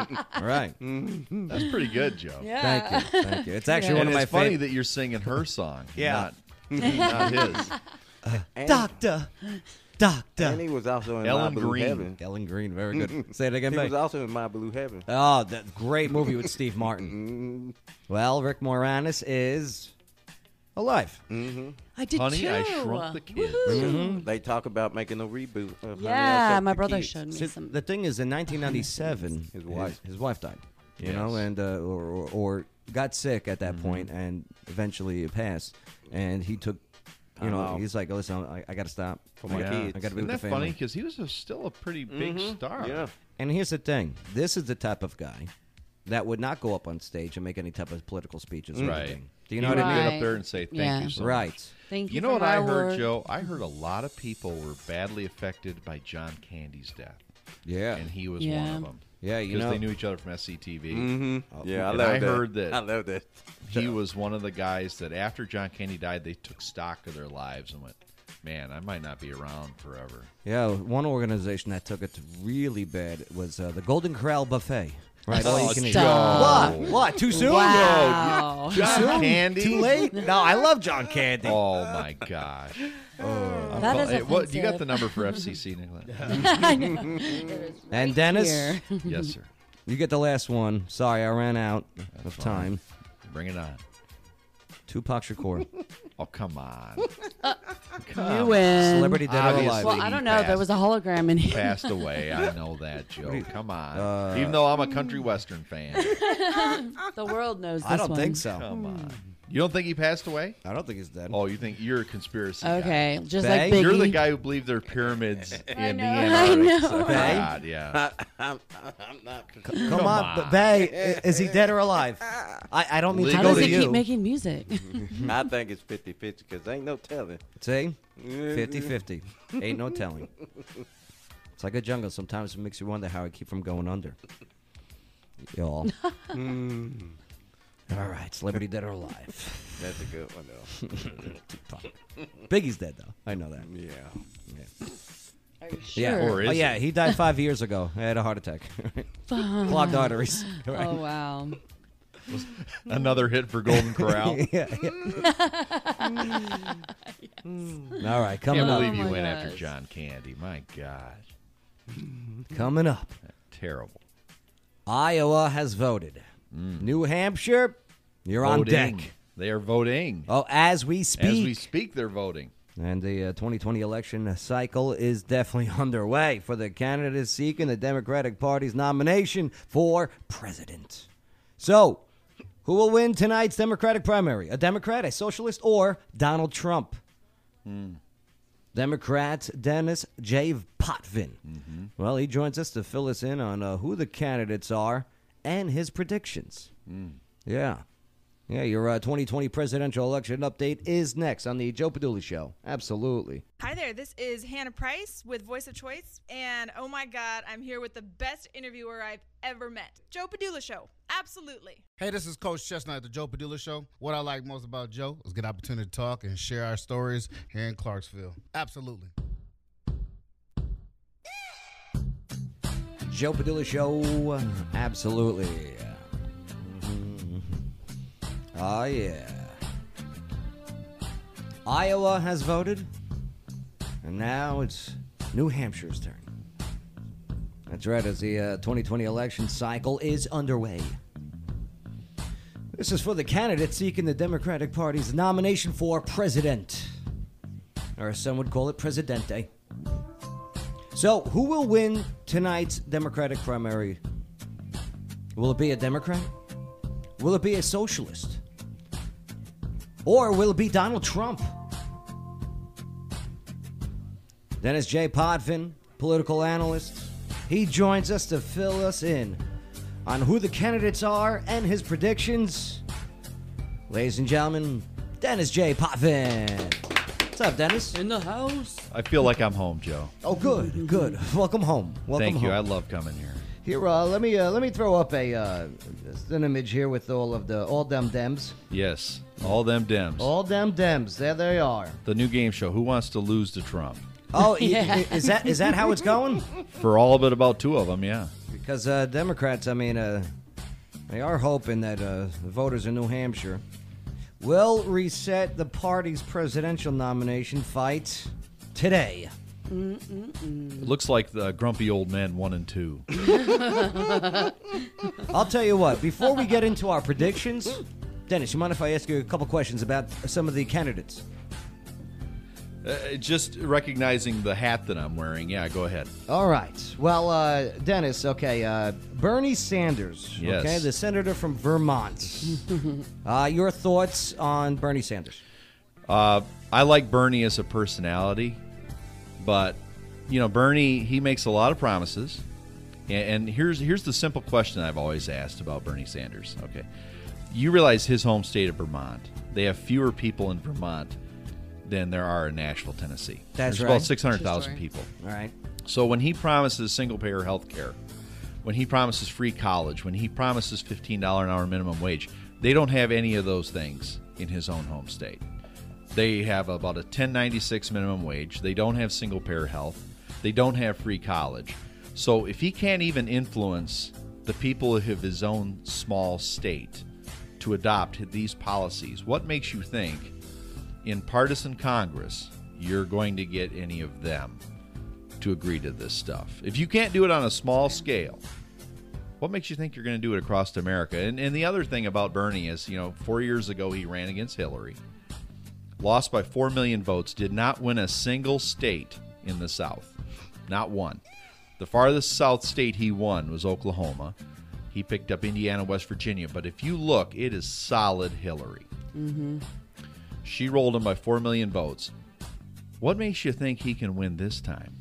favorite. All right. Mm. That's pretty good, Joe. Yeah. Thank you. Thank you. It's actually And one of my it's funny favorite. that you're singing her song. Yeah. Not, not his. Doctor. Doctor. And he was also in Ellen My Blue Green. Heaven. Ellen Green, very Mm. good. Say it again, He babe. was also in My Blue Heaven. Oh, that great movie with Steve Martin. Mm. Well, Rick Moranis is alive. Mm-hmm. I did Honey, too. I Shrunk the Kids. Woohoo. They talk about making a reboot. Of Honey, I Mm-hmm. Yeah, Shrunk my the brother Kids. showed me See, some. the thing is, in 1997, his wife- his, wife died. You know, and uh, or, or, or got sick at that point and eventually passed. And he took, you Time know, off. he's like, listen, I, I got to stop. For my I gotta- kids. I got to be Isn't with the that family. funny? Because he was a, still a pretty big Mhm. star. Yeah. And here's the thing: this is the type of guy that would not go up on stage and make any type of political speeches. or Mm. Right. anything. Do you Mm-hmm. He know what I would've mean? been up there and say, thank you so much. Right. Thank you know for what my I heard, award. Joe? I heard a lot of people were badly affected by John Candy's death. Yeah. And he was one Yeah. of them. Yeah, you know- Because they Mm-hmm. knew each other from SCTV. Mhm. Yeah, I and love Uh, I that. heard that. I love that. He was one of the guys that after John Candy died, they took stock of their lives and went, man, I might not be around forever. Yeah, one organization that took it to really bad was uh, the Golden Corral Buffet. Right, Oh, all you can eat. Stop. What? What? Too soon? Wow. Too John soon? Candy? Too late? No, I love John Candy. Oh, my gosh. Oh. That is what, you got the offensive. number for FCC, Nicola? I know. It was And right Dennis? here. yes, sir. You get the last one. Sorry, I ran out of fine. time. Bring it on. Tupac Shakur. Oh, come on. You win. Celebrity dead or alive. Well, I don't know. There was a hologram in here. Passed away. I know that, Joe. Come on. Uh, Even though I'm a country western fan. the world knows. This I don't one. think so. Come on. You don't think he passed away? I don't think he's dead. Oh, you think you're a conspiracy guy. Okay, just Bang. like Biggie. You're the guy who believed there are pyramids in the know, I Antarctic. know. So, Bang. God, yeah. I'm, I'm not. Come, on, but Bay, is he dead or alive? I, I don't mean How to go does to he you. keep making music? I think it's 50 50 because ain't no telling. See? Yeah. 50 50. Ain't no telling. It's like a jungle. Sometimes it makes you wonder how I keep from going under. Y'all. All right, celebrity dead or alive. That's a good one, though. Tupac. Biggie's dead, though. I know that. yeah. Are you sure? Yeah. Or is oh, yeah, he? he died five years ago. I had a heart attack. Clogged arteries. Right. Oh wow. Another hit for Golden Corral. Yeah, Mm. All right, coming Can't up. believe you Oh my went after gosh. John Candy. My God. Coming up. Terrible. Iowa has voted. New Hampshire, you're on Voting. deck. They are voting. Oh, as we speak. As we speak, they're voting. And the uh, 2020 election cycle is definitely underway for the candidates seeking the Democratic Party's nomination for president. So, who will win tonight's Democratic primary? A Democrat, a socialist, or Donald Trump? Democrat Dennis J. Potvin. Well, he joins us to fill us in on uh, who the candidates are and his predictions. Yeah. Yeah, your uh, 2020 presidential election update is next on the Joe Padula Show. Absolutely. Hi there, this is Hannah Price with Voice of Choice, and oh my god, I'm here with the best interviewer I've ever met. Joe Padula Show, absolutely. Hey, this is Coach Chestnut at the Joe Padula Show. What I like most about Joe is get opportunity to talk and share our stories here in Clarksville. Absolutely. Joe Padula Show. Absolutely. Oh, yeah. Iowa has voted, and now it's New Hampshire's turn. That's right, as the uh, 2020 election cycle is underway. This is for the candidate seeking the Democratic Party's nomination for president, or as some would call it, presidente. So, who will win tonight's Democratic primary? Will it be a Democrat? Will it be a socialist? Or will it be Donald Trump? Dennis J. Podfin, political analyst, he joins us to fill us in on who the candidates are and his predictions. Ladies and gentlemen, Dennis J. Podfin. What's up, Dennis? In the house. I feel like I'm home, Joe. Oh, good, good. Welcome home. Welcome Thank you. home. I love coming here. Here, uh, let me uh, let me throw up a uh, just an image here with all of the all them dems, Yes, all them Dems. all them dems. There they are. The new game show. Who wants to lose to Trump? Oh, y- y- is that is that how it's going? For all but about two of them, yeah. Because uh, Democrats, I mean, uh, they are hoping that uh, the voters in New Hampshire will reset the party's presidential nomination fight today. It looks like the grumpy old men one and two. I'll tell you what. Before we get into our predictions, Dennis, you mind if I ask you a couple questions about some of the candidates? Uh, just recognizing the hat that I'm wearing. Yeah, go ahead. All right. Well, uh, Dennis, okay. Uh, Bernie Sanders, Yes. okay, the senator from Vermont. uh, your thoughts on Bernie Sanders? Uh, I like Bernie as a personality, but you know, Bernie he makes a lot of promises. And, and here's here's the simple question I've always asked about Bernie Sanders. Okay, you realize his home state of Vermont. They have fewer people in Vermont than there are in Nashville, Tennessee. That's There's right. About six hundred thousand True story. people. All right. So when he promises single payer health care, when he promises free college, when he promises $15 an hour minimum wage, they don't have any of those things in his own home state. They have about a 1096 minimum wage. They don't have single payer health. They don't have free college. So if he can't even influence the people of his own small state to adopt these policies, what makes you think in partisan Congress you're going to get any of them to agree to this stuff? If you can't do it on a small scale, what makes you think you're going to do it across America? And, and the other thing about Bernie is, you know, four years ago he ran against Hillary, lost by 4 million votes, did not win a single state in the South. Not one. The farthest South state he won was Oklahoma. He picked up Indiana, West Virginia. But if you look, it is solid Hillary. Mm-hmm. She rolled him by 4 million votes. What makes you think he can win this time?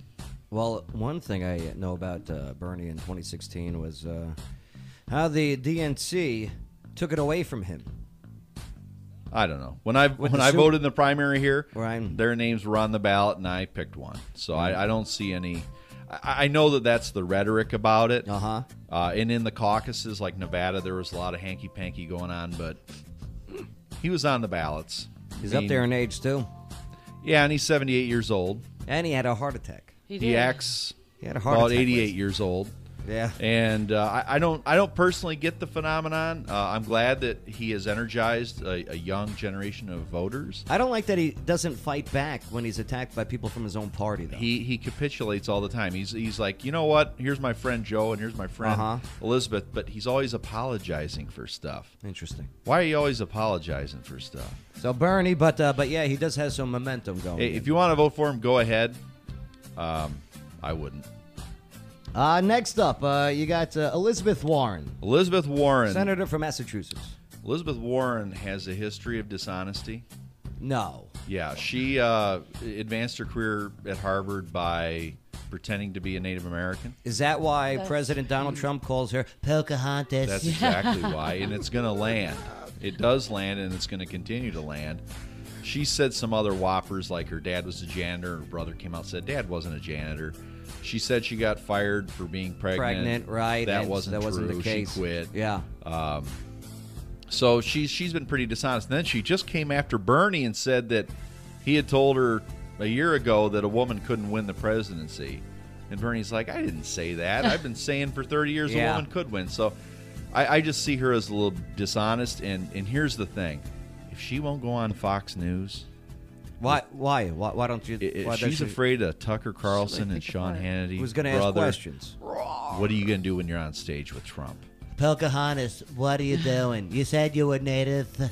Well, one thing I know about uh, Bernie in 2016 was uh, how the DNC took it away from him. I don't know. When I With when the I suit- voted in the primary here, their names were on the ballot, and I picked one. So Mm. I, I don't see any. I, I know that that's the rhetoric about it. Uh-huh. Uh And in the caucuses, like Nevada, there was a lot of hanky panky going on, but he was on the ballots. He's up there in age too. Yeah, and he's seventy eight years old. And he had a heart attack. He, did. acts He had a heart about attack eighty eight years old. Yeah. And uh, I, I don't, I don't personally get the phenomenon. Uh, I'm glad that he has energized a, a young generation of voters. I don't like that he doesn't fight back when he's attacked by people from his own party, though. He he capitulates all the time. He's he's like, you know what? Here's my friend Joe, and here's my friend Uh-huh. Elizabeth. But he's always apologizing for stuff. Interesting. Why are you always apologizing for stuff? So Bernie, but uh, but yeah, he does have some momentum going. Hey, if you want to vote for him, go ahead. Um, I wouldn't. Uh, next up, uh, you got uh, Elizabeth Warren, Elizabeth Warren, senator from Massachusetts. Elizabeth Warren has a history of dishonesty. No. Yeah, she uh, advanced her career at Harvard by pretending to be a Native American. Is that why That's- President Donald Trump calls her Pocahontas? That's exactly why, and it's going to land. It does land, and it's going to continue to land. She said some other whoppers, like her dad was a janitor. Her brother came out and said dad wasn't a janitor. She said she got fired for being pregnant. Pregnant, right, That and wasn't that wasn't the true. case. She quit. Yeah. Um, so she's she's been pretty dishonest. And then she just came after Bernie and said that he had told her a year ago that a woman couldn't win the presidency. And Bernie's like, I didn't say that. I've been saying for 30 years Yeah. a woman could win. So I, I just see her as a little dishonest. And, and here's the thing if she won't go on Fox News. Why? Why? Why, why don't you? If why don't she's you- afraid of Tucker Carlson and Sean Hannity. Who's gonna ask brother, questions. What are you going to do when you're on stage with Trump? Pocahontas, what are you doing? You said you were native.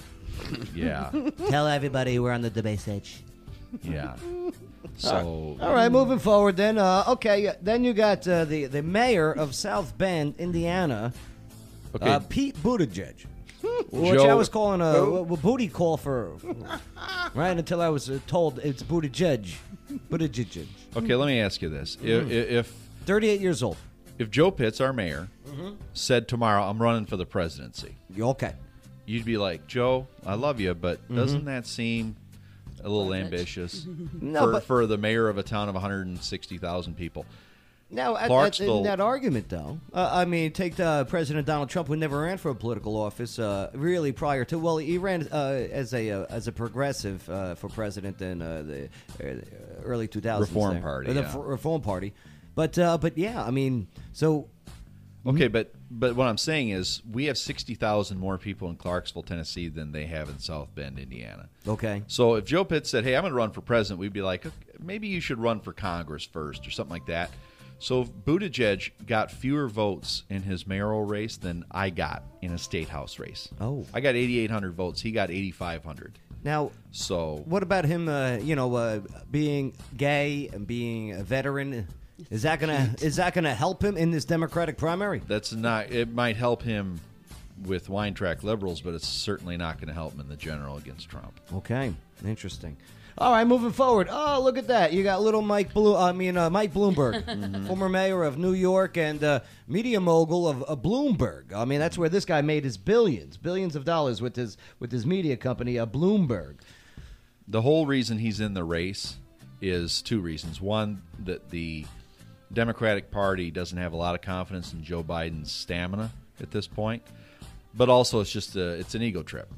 Yeah. Tell everybody we're on the debate stage. Yeah. So. All right, moving forward then. Uh, okay, then you got uh, the the mayor of South Bend, Indiana, Okay. uh, Pete Buttigieg, which I Hmm. Joe- was calling a, Who? a booty call for, right until I was uh, told it's Buttigieg, Buttigieg. Okay, let me ask you this: if, Mhm. if 38 years old, if Joe Pitts, our mayor, Mhm. said tomorrow, "I'm running for the presidency," you okay? You'd be like, Joe, I love you, but Mhm. doesn't that seem a little ambitious No, for, but- for the mayor of a town of 160,000 people? Now, at, at, Clarksville. uh, in that argument, though, uh, I mean, take uh, President Donald Trump, who never ran for a political office, uh, really prior to well, he ran uh, as a uh, as a progressive uh, for president in uh, the uh, early 2000s. Reform there. Party, the yeah. f- Reform Party, but uh, but yeah, I mean, so Okay, but but what I'm saying is we have 60,000 more people in Clarksville, Tennessee than they have in South Bend, Indiana. okay, So if Joe Pitt said, "Hey, I'm going to run for president," we'd be like, okay, "Maybe you should run for Congress first or something like that." So Buttigieg got fewer votes in his mayoral race than I got in a state house race. Oh. I got 8,800 votes. He got 8,500. now So what about him? Uh, you know, uh, being gay and being a veteran, is that gonna is that gonna help him in this Democratic primary? that's not. It might help him with wine track liberals, but it's certainly not going to help him in the general against Trump. Okay, interesting. All right, moving forward. Oh, look at that! You got little Mike Blue. I mean, uh, Mike Bloomberg, Mm-hmm. former mayor of New York and uh, media mogul of uh, Bloomberg. I mean, that's where this guy made his billions, billions of dollars with his with his media company, uh, Bloomberg. the whole reason he's in the race is two reasons. One, that the Democratic Party doesn't have a lot of confidence in Joe Biden's stamina at this point, but also it's just a, it's an ego trip.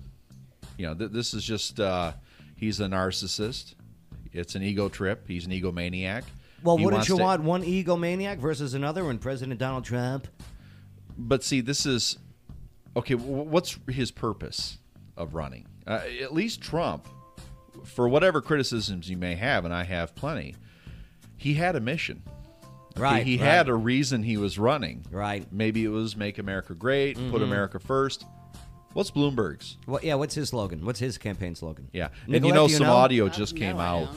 You know, th- this is just uh, he's a narcissist. It's an ego trip. He's an egomaniac. Well, He wouldn't wants you to- want one egomaniac versus another when President Donald Trump? but see, this is okay. w- What's his purpose of running? Uh, at least Trump, for whatever criticisms you may have, and I have plenty, he had a mission. Okay, Right, he right. had a reason he was running. Right. Maybe it was make America great, put Mhm. America first. What's Bloomberg's? Well, yeah. What's his slogan? What's his campaign slogan? Yeah, and Nicolette, you know do you some know? audio Uh, just no, came I out.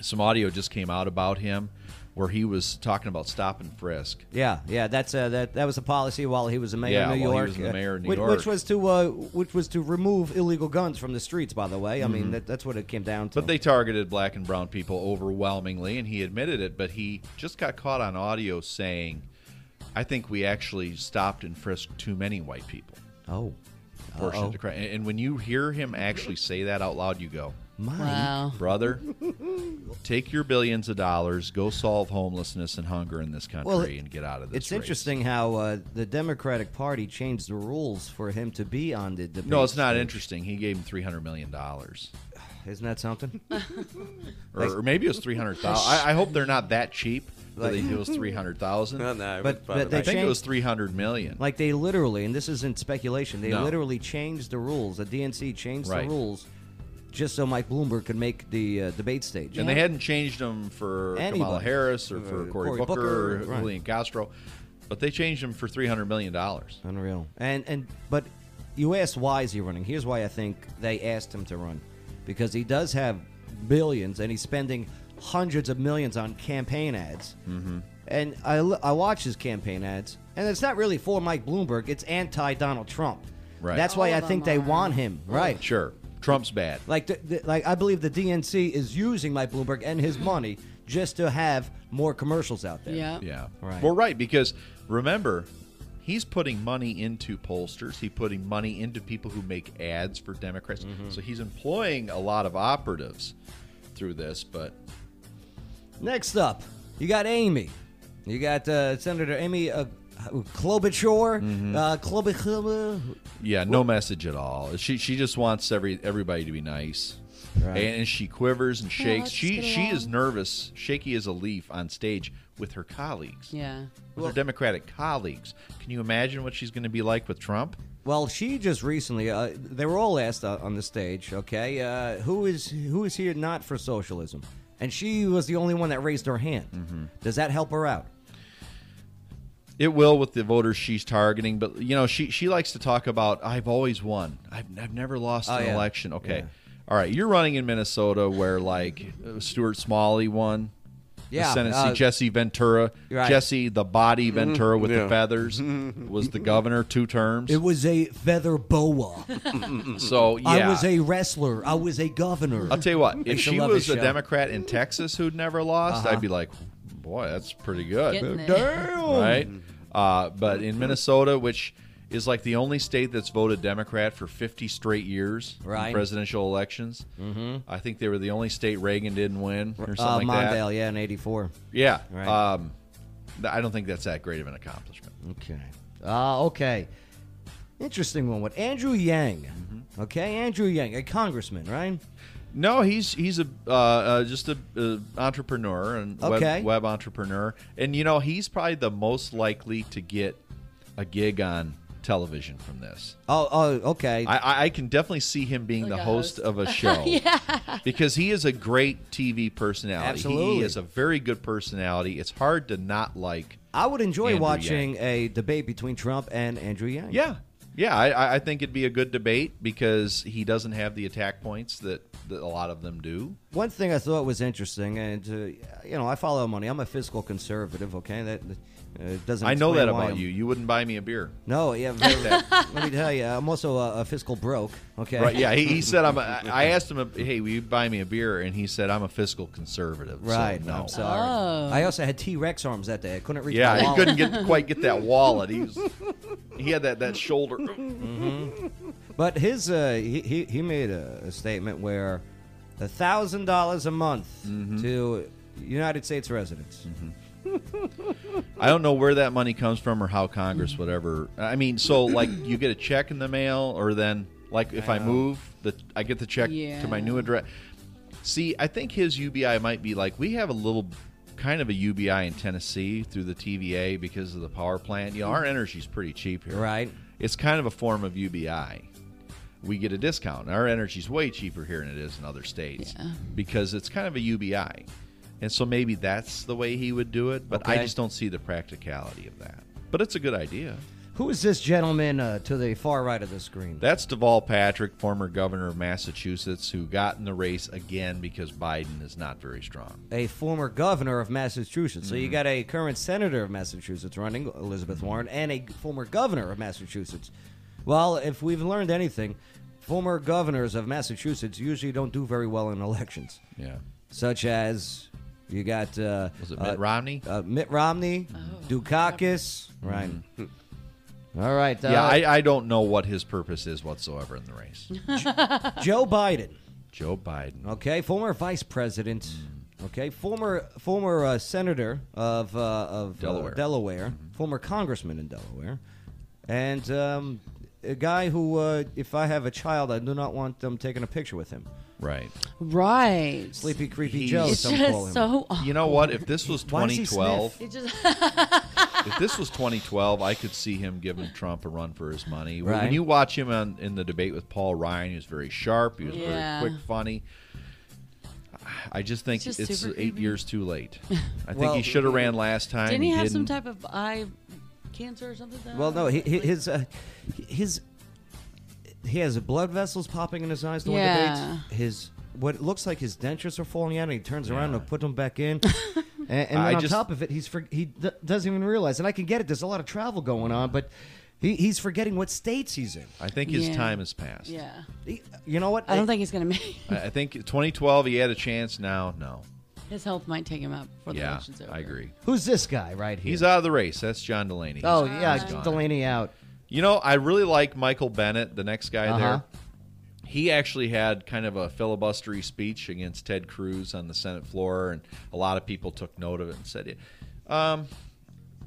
Some audio just came out about him, where he was talking about stop and frisk. Yeah, yeah, that's uh, that. That was a policy while he was a mayor Yeah, of New while he York. was the uh, mayor of New which, York. which was to uh, which was to remove illegal guns from the streets. By the way, I mean Mhm. that, that's what it came down to. But they targeted black and brown people overwhelmingly, and he admitted it. But he just got caught on audio saying, "I think we actually stopped and frisked too many white people." Oh, Proportionate Uh-oh. to crime. And and when you hear him actually say that out loud, you go, Mike. Wow. brother, take your billions of dollars, go solve homelessness and hunger in this country, Well, it- and get out of this." It's race." interesting how uh, the Democratic Party changed the rules for him to be on the debate. No, it's not stage. interesting. He gave him three hundred million dollars, Isn't that something? or, or maybe it was three hundred thousand. I, I hope they're not that cheap. I think it was three hundred thousand. No, no, it But- was but probably they I think it changed- was three hundred million. Like they literally, and this isn't speculation, they No. literally changed the rules. The DNC changed Right. the rules just so Mike Bloomberg could make the uh, debate stage. And they hadn't changed them for Kamala Anybody. Harris or for Uh, Cory, Cory Booker, Booker, or right. Julian Castro, but they changed them for three hundred million dollars. Unreal. And and but you asked why is he running? Here's why I think they asked him to run, because he does have billions and he's spending hundreds of millions on campaign ads. Mm-hmm. Mhm. And I l- I watch his campaign ads, and it's not really for Mike Bloomberg. It's anti Donald Trump. Right. That's why I think they want him. Right. Sure. Trump's bad. Like the, the, like I believe the DNC is using Mike Bloomberg and his money just to have more commercials out there. Yeah. Yeah. Right. Well, right, because remember, he's putting money into pollsters. He's putting money into people who make ads for Democrats. Mm-hmm. So he's employing a lot of operatives through this. But Next up, you got Amy. You got uh, Senator Amy uh, Klobuchar. Uh, Klobuchar. yeah, no message at all. She she just wants every everybody to be nice. Right. And, and she quivers and Yeah, shakes. let's she get she is along. nervous, shaky as a leaf on stage with her colleagues, Yeah. with her Democratic colleagues. Can you imagine what she's going to be like with Trump? Well, she just recently. Uh, they were all asked uh, on the stage. Okay, uh, who is who is here not for socialism? And she was the only one that raised her hand. Does that help her out? It will with the voters she's targeting, but you know she she likes to talk about I've always won. I've I've never lost Oh, an yeah. election. Okay, Yeah. all right. You're running in Minnesota where like uh, Stuart Smalley won. the Yeah, Senate uh, seat. Jesse Ventura, Right. Jesse the body Mhm. Ventura with Yeah. the feathers was the governor two terms. It was a feather boa. so yeah, I was a wrestler. I was a governor. I'll tell you what. I If used to she love his was a show. Democrat in Texas who'd never lost, Uh-huh. I'd be like, boy, that's pretty good. Getting it. Damn. Right? Uh, but in Minnesota, which is like the only state that's voted Democrat for 50 straight years in Right. presidential elections, mm-hmm. I think they were the only state Reagan didn't win or uh, something like Mondale, that. yeah, in '84. Yeah. Right. Um, th- I don't think that's that great of an accomplishment. Okay. Uh, okay. Interesting one with Andrew Yang. Mm-hmm. Okay, Andrew Yang, a congressman, right? No, he's he's a uh, uh, just a uh, entrepreneur and Okay. web, web entrepreneur, and you know he's probably the most likely to get a gig on television from this. Oh, oh, okay. I, I- I can definitely see him being the a host, of a show because he is a great TV personality. He- Absolutely. he is a very good personality. It's hard to not like. I would enjoy Andrew watching a debate between Trump and Andrew Yang. Yeah, yeah, I- I, I think it'd be a good debate because he doesn't have the attack points that, that a lot of them do. One thing I thought was interesting, and uh, you know, I follow money. I'm a fiscal conservative. Okay, that uh, doesn't. I know explain that why about I'm- you. You wouldn't buy me a beer. No, yeah. Very, let me tell you, I'm also a, a fiscal broke. Okay. Right? Yeah. He, he said, "I'm." A, I asked him, "Hey, will you buy me a beer?" And he said, "I'm a fiscal conservative." so Right. no. I'm sorry. I also had T Rex arms that day. I couldn't reach. Yeah, my he wallet. couldn't get quite get that wallet. He was, he had that that shoulder. But his uh, he, he he made a, a statement where a thousand dollars a month Mm-hmm. to United States residents. I don't know where that money comes from or how Congress would ever. I mean, so like you get a check in the mail, or then like if I Yeah. move, the I get the check to my new Yeah. address. See, I think his UBI might be like we have a little kind of a UBI in Tennessee through the TVA because of the power plant. You know, our energy's pretty cheap here. Right. It's kind of a form of UBI. We get a discount. Our energy's way cheaper here than it is in other states because it's kind of a UBI. And so maybe that's the way he would do it, but I Okay. just don't see the practicality of that. But it's a good idea. Who is this gentleman uh, to the far right of the screen? That's Deval Patrick, former governor of Massachusetts, who got in the race again because Biden is not very strong. A former governor of Massachusetts. So you Mhm. got a current senator of Massachusetts running, Elizabeth Mm-hmm. Warren, and a former governor of Massachusetts. Well, if we've learned anything, former governors of Massachusetts usually don't do very well in elections. Yeah. Such as you got uh, was it Mitt Romney? Uh, Mitt Romney, Oh. Dukakis, right? Mm-hmm. All right. uh, yeah, I, I don't know what his purpose is whatsoever in the race. Joe Biden. Joe Biden. Okay, former vice president. Mm. Okay, former former uh, senator of uh, of uh, Delaware. Delaware, former congressman in Delaware, and um, a guy who, uh, if I have a child, I do not want them taking a picture with him. Right. Right. Sleepy, creepy He's- Joe. It's Some just call him. so You know what? If this was Why does he sniff? 2012, It just if this was 2012, I could see him giving Trump a run for his money. Right. When you watch him on, in the debate with Paul Ryan, he was very sharp. He was Yeah. very quick, funny. I just think It's it's, just super eight creepy. years too late. I think Well, he should have ran last time. Didn't he have some didn't. type of eye cancer or something? Well, no, he, he- his uh, his he has blood vessels popping in his eyes during Yeah. debates. His what looks like his dentures are falling out, and he turns around and put them back in. and and then I on just- top of it, he's for, he d- doesn't even realize. And I can get it. There's a lot of travel going on, but he, he's forgetting what states he's in. I think his time has passed. Yeah. You know what? I don't think he's gonna make I I think 2012 he had a chance. Now, no. his health might take him out before the yeah, election's over. I agree. Who's this guy right here? He's out of the race. That's John Delaney. He's- oh yeah, he's gone. Delaney out. You know, I really like Michael Bennett, the next guy Uh-huh. there. He actually had kind of a filibustery speech against Ted Cruz on the Senate floor, and a lot of people took note of it and said, yeah. um,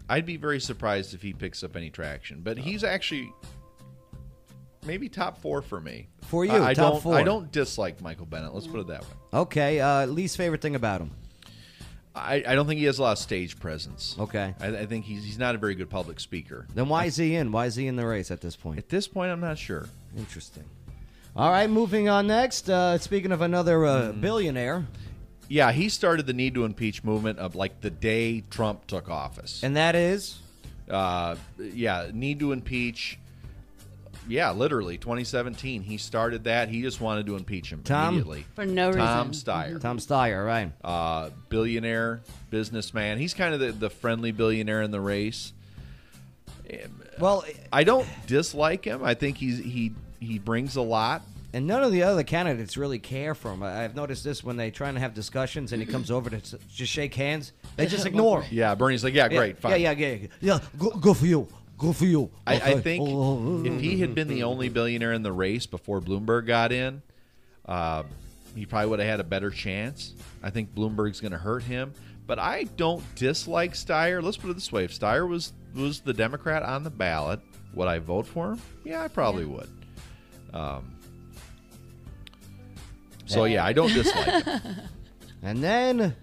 I'd be very surprised if he picks up any traction. Oh. But he's actually maybe top four for me. For you, I, I top don't, four. I don't dislike Michael Bennett. Let's put it that way. Okay, uh, least favorite thing about him. I, I don't think he has a lot of stage presence. Okay. I, I think he's, he's not a very good public speaker. Then why is he in? Why is he in the race at this point? At this point, I'm not sure. Interesting. All right, moving on next. Uh, speaking of another uh, Mm-hmm. billionaire, Yeah, he started the need to impeach movement of like the day Trump took office. And that is? Uh, yeah, need to impeach. Yeah, literally 2017. He started that. He just wanted to impeach him Tom? immediately. For no Tom reason. Steyer. Tom Steyer, right. Uh, billionaire, businessman. He's kind of the, the friendly billionaire in the race. Well, I don't dislike him. I think he's he he brings a lot. and none of the other candidates really care for him. I, I've noticed this when they're trying to have discussions, and he comes over to s- just shake hands. They just ignore him. Yeah, Bernie's like, yeah, great, fine. Yeah, yeah, yeah, yeah. Go, go for you. Go for you. I, I Okay. think Oh, if he had been the only billionaire in the race before Bloomberg got in, uh, he probably would have had a better chance. I think Bloomberg's going to hurt him, but I don't dislike Steyer. Let's put it this way: if Steyer was was the Democrat on the ballot, would I vote for him? Yeah, I probably would. Um, so yeah, I don't dislike him. And then,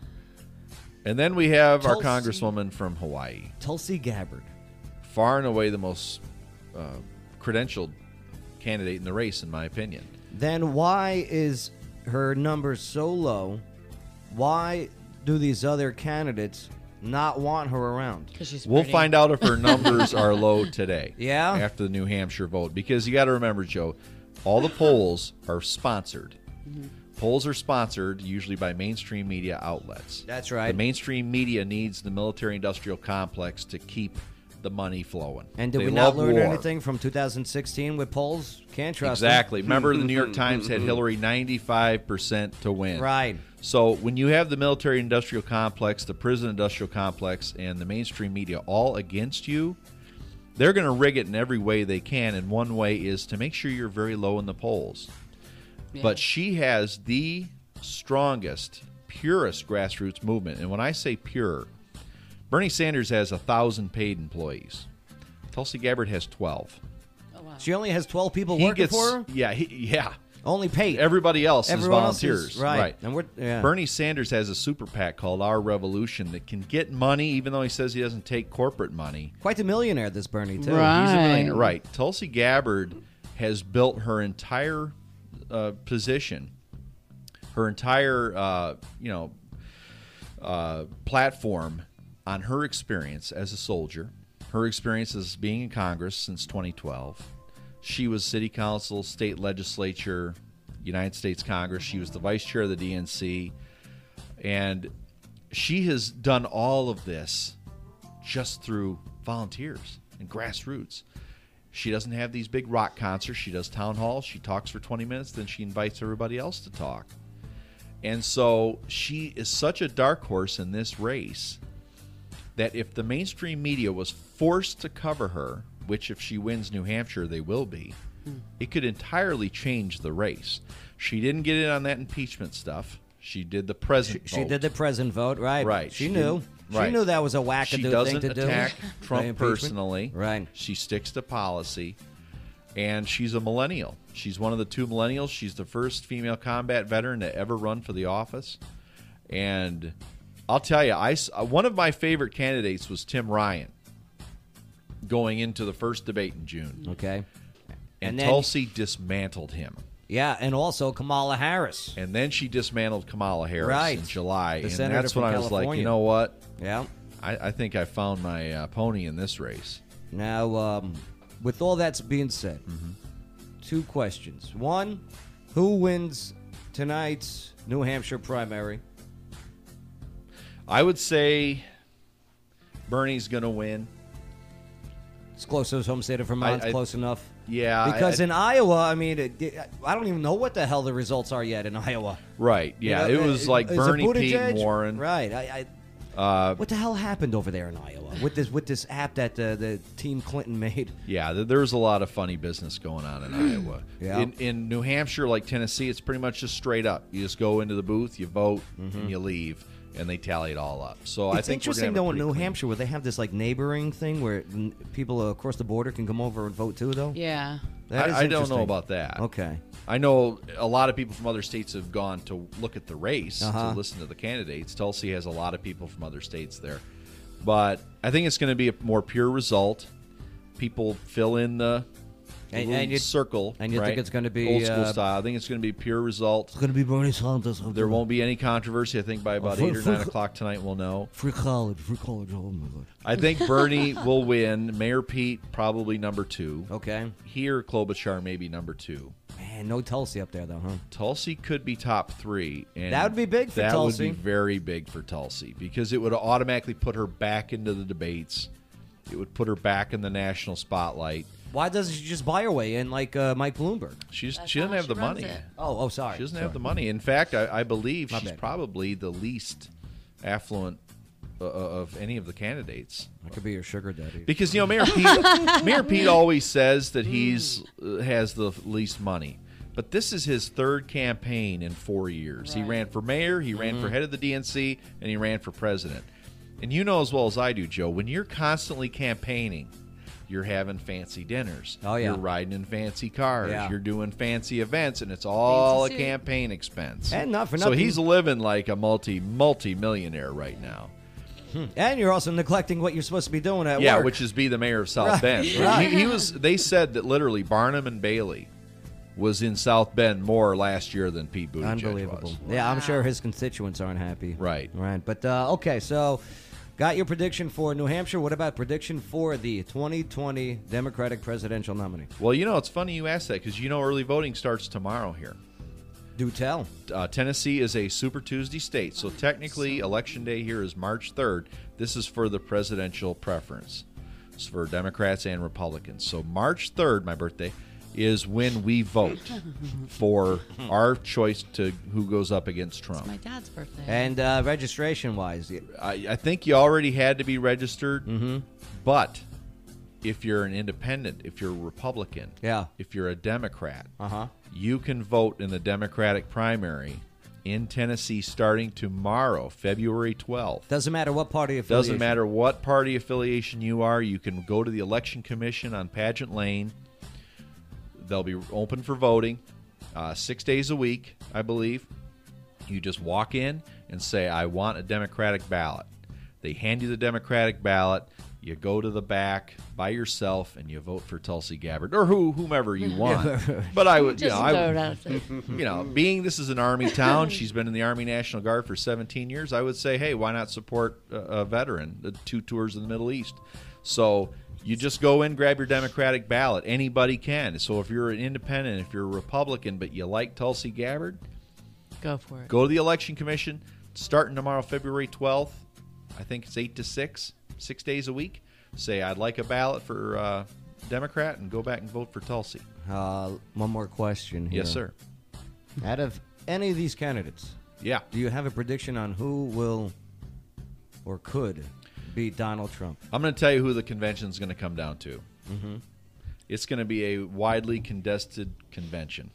and then we have our Tulsi- congresswoman from Hawaii. Tulsi Gabbard. far and away the most uh, credentialed candidate in the race, in my opinion. Then why is her number so low? Why do these other candidates not want her around? Because she's We'll find out if her numbers are low today. Yeah? After the New Hampshire vote. Because you got to remember, Joe, all the polls are sponsored. Mhm. Polls are sponsored usually by mainstream media outlets. That's right. The mainstream media needs the military industrial complex to keep the money flowing. And did They we not love learn war. anything from 2016 with polls? Can't trust 'em. Exactly. Remember, the New York Times had Hillary 95% to win. Mm-hmm. Right. So when you have the military industrial complex, the prison industrial complex, and the mainstream media all against you, they're going to rig it in every way they can. And one way is to make sure you're very low in the polls. Yeah. But she has the strongest, purest grassroots movement. And when I say pure, Bernie Sanders has a 1,000 paid employees, Tulsi Gabbard has 12 She only has 12 people he working gets, for her. Yeah, he, yeah. Only paid. Everybody else Everyone is else is- volunteers, right. And we're- yeah. Bernie Sanders has a super PAC called Our Revolution that can get money, even though he says he doesn't take corporate money. Quite the millionaire, this Bernie too. He's a millionaire, right? Tulsi Gabbard has built her entire uh, position, her entire uh, you know uh, platform on her experience as a soldier, her experience as being in Congress since 2012. She was city council, state legislature, United States Congress. She was the vice chair of the DNC, and she has done all of this just through volunteers and grassroots. She doesn't have these big rock concerts. She does town halls. She talks for 20 minutes, then she invites everybody else to talk. And so she is such a dark horse in this race that if the mainstream media was forced to cover her, which if she wins New Hampshire, they will be, Hmm. it could entirely change the race. She didn't get in on that impeachment stuff. She did the president. She vote. did the present vote, right? Right. She, knew. didn't- She right. knew that was a She wackadoo doesn't thing to do. attack By Trump impeachment. personally. Right. She sticks to policy. and she's a millennial. She's one of the two millennials. She's the first female combat veteran to ever run for the office. And I'll tell you, I s- uh, one of my favorite candidates was Tim Ryan going into the first debate in June. Okay. And, And then- Tulsi dismantled him. Yeah, and also Kamala Harris. And then she dismantled Kamala Harris Right. in July. The and senator that's from when I was like, California. you know what? Yeah. I, I think I found my uh, pony in this race. Now, um, with all that's being said, two questions. One, who wins tonight's New Hampshire primary? I would say Bernie's going to win. It's close to his home state of Vermont's I- I- close enough. Yeah, I- Because I- in Iowa, I mean, it, I don't even know what the hell the results are yet in Iowa. Right. You Yeah. know, it was uh, like is it Bernie, Pete, Buttigieg? and Warren. Right. I, I, uh, What the hell happened over there in Iowa with this with this app that uh, the team Clinton made? Yeah, th- there was a lot of funny business going on in Iowa. Hmm. Yeah. In, in New Hampshire, like Tennessee, it's pretty much just straight up. You just go into the booth, you vote, and you leave, and they tally it all up. So I Mm-hmm. it's think interesting we're though in gonna have a New pretty Hampshire where they have this like neighboring thing where n- people across the border can come over and vote too though. Yeah. That is I, I don't interesting. know about that. Okay. I know a lot of people from other states have gone to look at the race Uh-huh. to listen to the candidates. Tulsi has a lot of people from other states there, but I think it's going to be a more pure result. People fill in the And- little and you- circle, and you think right? it's gonna be, old school uh, style. I think it's going to be pure result. It's going to be Bernie Sanders. Oh, There won't be any controversy. I think by about free- eight or free- nine o'clock tonight, we'll know. Free college, free college. Oh my god. I think Bernie will win. Mayor Pete probably number two. Okay. Here, Klobuchar maybe number two. Man, no Tulsi up there though, huh? Tulsi could be top three, and That would be big for that Tulsi. would be very big for Tulsi because it would automatically put her back into the debates. It would put her back in the national spotlight. Why doesn't she just buy her way in like uh, Mike Bloomberg? She's she doesn't have the money. Oh, oh, sorry. She doesn't Sorry. have the money. In fact, I, I believe My she's bad. probably the least affluent uh, of any of the candidates. That could be your sugar daddy. Because you know, Mayor Pete, Mayor Pete always says that he's uh, has the least money, but this is his third campaign in four years. He ran for mayor, he ran for Mhm. head of the DNC, and he ran for president. And you know as well as I do, Joe, when you're constantly campaigning, you're having fancy dinners. Oh, yeah. You're riding in fancy cars. Yeah. You're doing fancy events, and it's all suit. a campaign expense. And not for So nothing- he's living like a multi multi millionaire right now. And you're also neglecting what you're supposed to be doing at yeah, work. which is be the mayor of Right, South Bend. right. He, he was. They said that literally Barnum and Bailey was in South Bend more last year than Pete Buttigieg Unbelievable. was. Yeah, I'm sure his constituents aren't happy. Right. Right. But uh, okay, so got your prediction for New Hampshire. What about prediction for the 2020 Democratic presidential nominee? Well, you know, it's funny you ask that because you know early voting starts tomorrow here. Do tell. Uh, Tennessee is a Super Tuesday state, so technically election day here is March 3rd. This is for the presidential preference. It's for Democrats and Republicans. So March 3rd, my birthday, is when we vote for our choice to who goes up against Trump. My dad's birthday. And uh, registration wise, I, I think you already had to be registered. Mm-hmm. But if you're an independent, if you're a Republican, Yeah. if you're a Democrat, Uh-huh. you can vote in the Democratic primary in Tennessee starting tomorrow, February 12th. doesn't matter what party affiliation. Doesn't matter what party affiliation you are, you can go to the election commission on Pageant Lane. They'll be open for voting uh, six days a week, I believe. You just walk in and say, I want a Democratic ballot. They hand you the Democratic ballot. You go to the back by yourself and you vote for Tulsi Gabbard or who whomever you want. but I would, you know, Just I throw it would, out there. you know, being this is an army town, she's been in the Army National Guard for 17 years. I would say, hey, why not support a, a veteran? The two tours in the Middle East. So you just go in, grab your Democratic ballot. Anybody can. So if you're an independent, if you're a Republican, but you like Tulsi Gabbard, Go for it. go to the Election Commission starting tomorrow, February 12th. I think it's eight to six, six days a week. Say, I'd like a ballot for uh, Democrat, and go back and vote for Tulsi. Uh, one more question here. Yes, sir. Out of any of these candidates, yeah, do you have a prediction on who will or could beat Donald Trump? I'm going to tell you who the convention's going to come down to. Mm-hmm. Mhm. It's going to be a widely contested convention,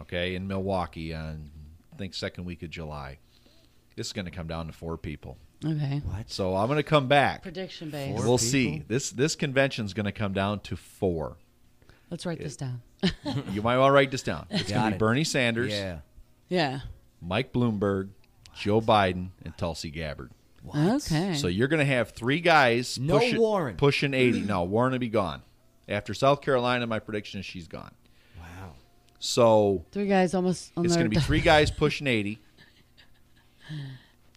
okay, in Milwaukee on I think second week of July. This is going to come down to four people. Okay. So I'm going to come back. Prediction based. we'll see. This this convention's going to come down to four. Let's write this down. you might want to write this down. It's Got going to be it. Bernie Sanders, Yeah. Yeah. Mike Bloomberg, Joe Biden, and Tulsi Gabbard. Okay. So you're going to have three guys No pushing, Warren. pushing 80. No, Warren will be gone. After South Carolina, my prediction is she's gone. Wow. So Three guys almost on it's their going to be three guys pushing 80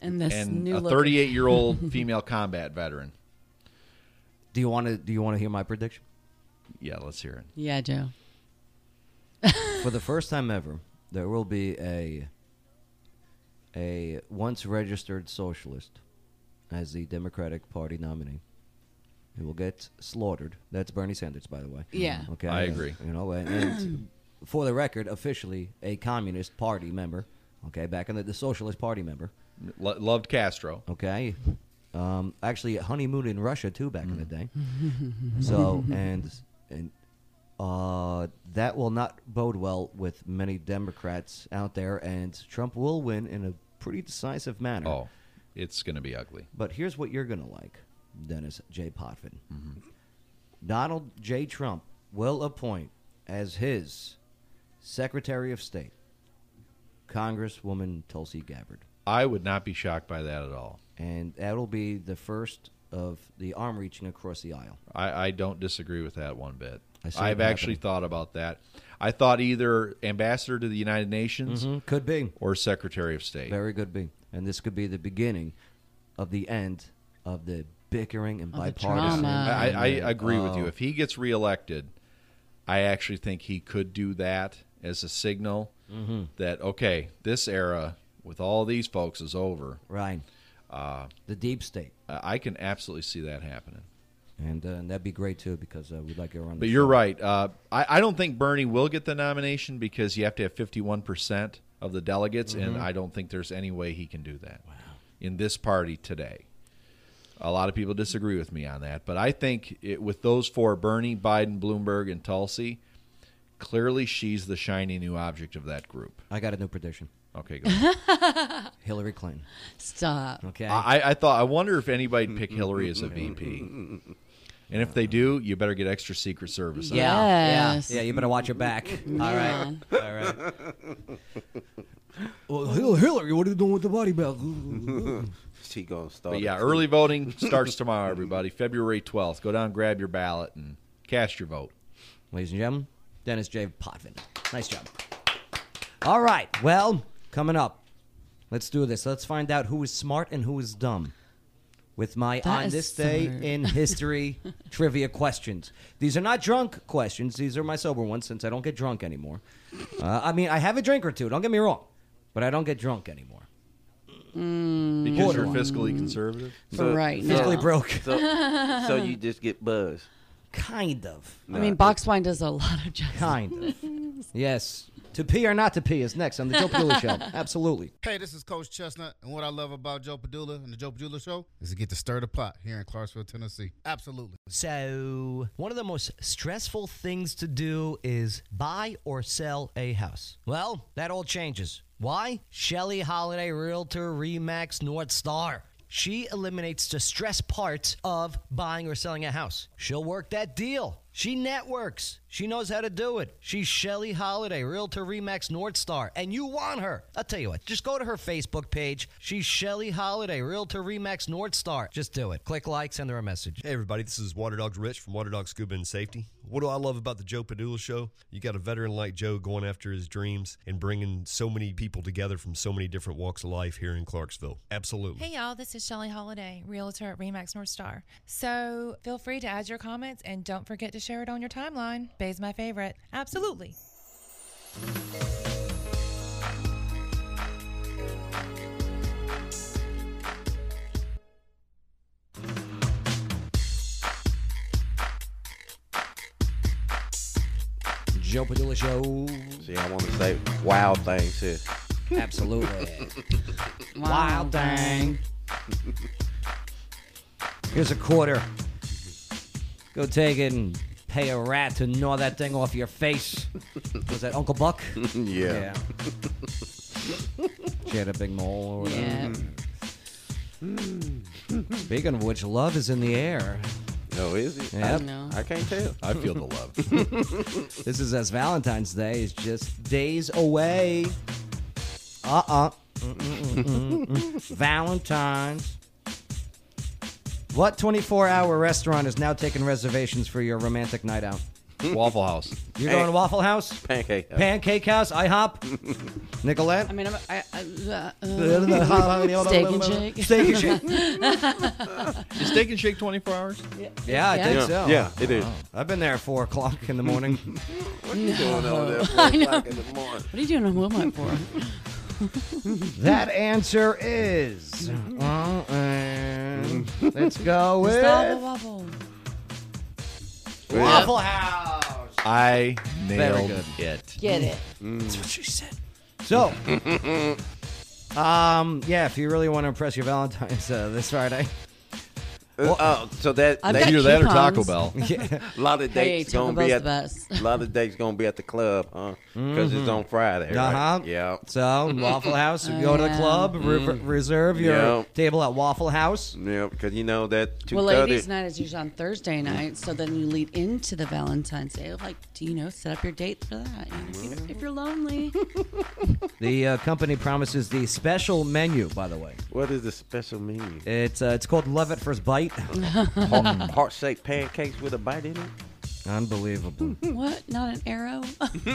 and this and new a look- 38 year old female combat veteran. Do you want to? Do you want to hear my prediction? Yeah, let's hear it. yeah, Joe. For the first time ever, there will be a a once registered socialist as the Democratic Party nominee. He will get slaughtered. That's Bernie Sanders, by the way. Mm-hmm. Yeah. Okay. I agree. You know, and, and for the record, officially a Communist Party member. Okay, back in the, the Socialist Party member. Lo- loved Castro. Okay. Um, actually, honeymooned in Russia too back in the day. So and and uh, that will not bode well with many Democrats out there, and Trump will win in a pretty decisive manner. Oh, it's going to be ugly. But here's what you're gonna like, Dennis J. Potvin. Donald J. Trump will appoint as his Secretary of State Congresswoman Tulsi Gabbard. I would not be shocked by that at all. and that'll be the first of the arm reaching across the aisle. I, I don't disagree with that one bit. I see it I've actually happening. thought about that. I thought either ambassador to the United Nations Mhm, could be or Secretary of State. Very good, be, and this could be the beginning of the end of the bickering and Of the bipartisan. I, I agree with you. Oh, If he gets reelected, I actually think he could do that as a signal Mhm. that okay, this era with all these folks is over. Right. Uh, the deep state. I I can absolutely see that happening. and, uh, and that'd be great too because uh, we'd like you on. the But you're show. right. Uh, I, I don't think Bernie will get the nomination because you have to have 51% of the delegates, Mhm. and I don't think there's any way he can do that in this party today. A lot of people disagree with me on that, but I think it, with those four Bernie, Biden, Bloomberg, and Tulsi clearly she's the shiny new object of that group. I got a new prediction. Okay, go ahead. Hillary Clinton. Stop. Okay. I, I thought, I wonder if anybody'd pick Hillary as a VP. And if they do, you better get extra Secret Service. on it. Yeah, yeah, yeah. You better watch your back. All right, all right. Well, Hill- Hillary, what are you doing with the body belt? she gonna start. But yeah, it. early voting starts tomorrow, everybody. February 12th. Go down, grab your ballot, and cast your vote. Ladies and gentlemen, Dennis J. Potvin. Nice job. All right. Well, coming up, let's do this. Let's find out who is smart and who is dumb. With my That on is this day smart. in history trivia questions. These are not drunk questions. These are my sober ones since I don't get drunk anymore. Uh, I mean, I have a drink or two. Don't get me wrong, but I don't get drunk anymore. Mm. Because you're Borderline. fiscally conservative? fiscally broke. So, so you just get buzzed. Kind of. I mean, box wine does a lot of justice. Kind of. yes. To pee or not to pee is next on the Joe Padula Show. Absolutely. Hey, this is Coach Chestnut, and what I love about Joe Padula and the Joe Padula Show is to get to stir the pot here in Clarksville, Tennessee. Absolutely. So, one of the most stressful things to do is buy or sell a house. Well, that all changes. Why? Shelly Holiday Realtor Remax North Star. She eliminates the stress parts of buying or selling a house. She'll work that deal. She networks. She knows how to do it. She's Shelly Holiday, Realtor Remax North Star, and you want her. I'll tell you what, just go to her Facebook page. She's Shelly Holiday, Realtor Remax North Star. Just do it. Click like, send her a message. Hey, everybody, this is Water Dogs Rich from Water Dog Scuba and Safety. What do I love about the Joe Padula Show? You got a veteran like Joe going after his dreams and bringing so many people together from so many different walks of life here in Clarksville. Absolutely. Hey y'all, this is Shelly Holiday, Realtor at Remax North Star. So feel free to add your comments and don't forget to share it on your timeline. Bay's my favorite. Absolutely. Joe Padula Show. See, I want to say wild things here. Absolutely. Wild thing. Here's a quarter. Go take it and pay a rat to gnaw that thing off your face. Was that Uncle Buck? yeah. She had a big mole or Mm-hmm. whatever. Yeah. Speaking of which, love is in the air. No, is it? Yep. I, I can't tell. uh, I feel the love. this is as Valentine's Day is just days away. Uh uh Valentine's. What 24 hour restaurant is now taking reservations for your romantic night out? Waffle House. You're going to Waffle House? Pancake. Pancake House, IHOP? Nicolette? I mean, I'm, I, I, uh, Steak steak and shake. Steak and shake. Is Steak and Shake 24 hours? Yeah, I think so. Yeah, it is. Oh. I've been there at 4 o'clock in the morning. What you doing over there at I four o'clock know. in the morning? What are you doing on Wilmot for? That answer is. Well, and let's go with Gustavo Wobble. Waffle House. I Very nailed good. it. Get it. That's what she said. So, um, yeah, if you really want to impress your Valentine's uh, this Friday, Uh, oh, so that I've that- got Either that or Taco coupons. Bell. a lot of Hey, dates Taco gonna Bell's be the at best. a lot of dates gonna be at the club, huh? Because Mm-hmm. it's Mhm. on Friday. Right? Uh-huh. Yeah. So Waffle House, you go to the club, re- reserve your Yep. table at Waffle House. Yeah, because you know that two Well, thirty. ladies' night is usually on Thursday Mm-hmm. night, so then you lead into the Valentine's Day. Like, do you know, set up your date for that. you know, if, you're, if you're lonely, Mm-hmm. The uh, company promises the special menu. By the way, what is the special menu? It's uh, it's called Love at First Bite. Heart shaped pancakes with a bite in it. Unbelievable. what? Not an arrow?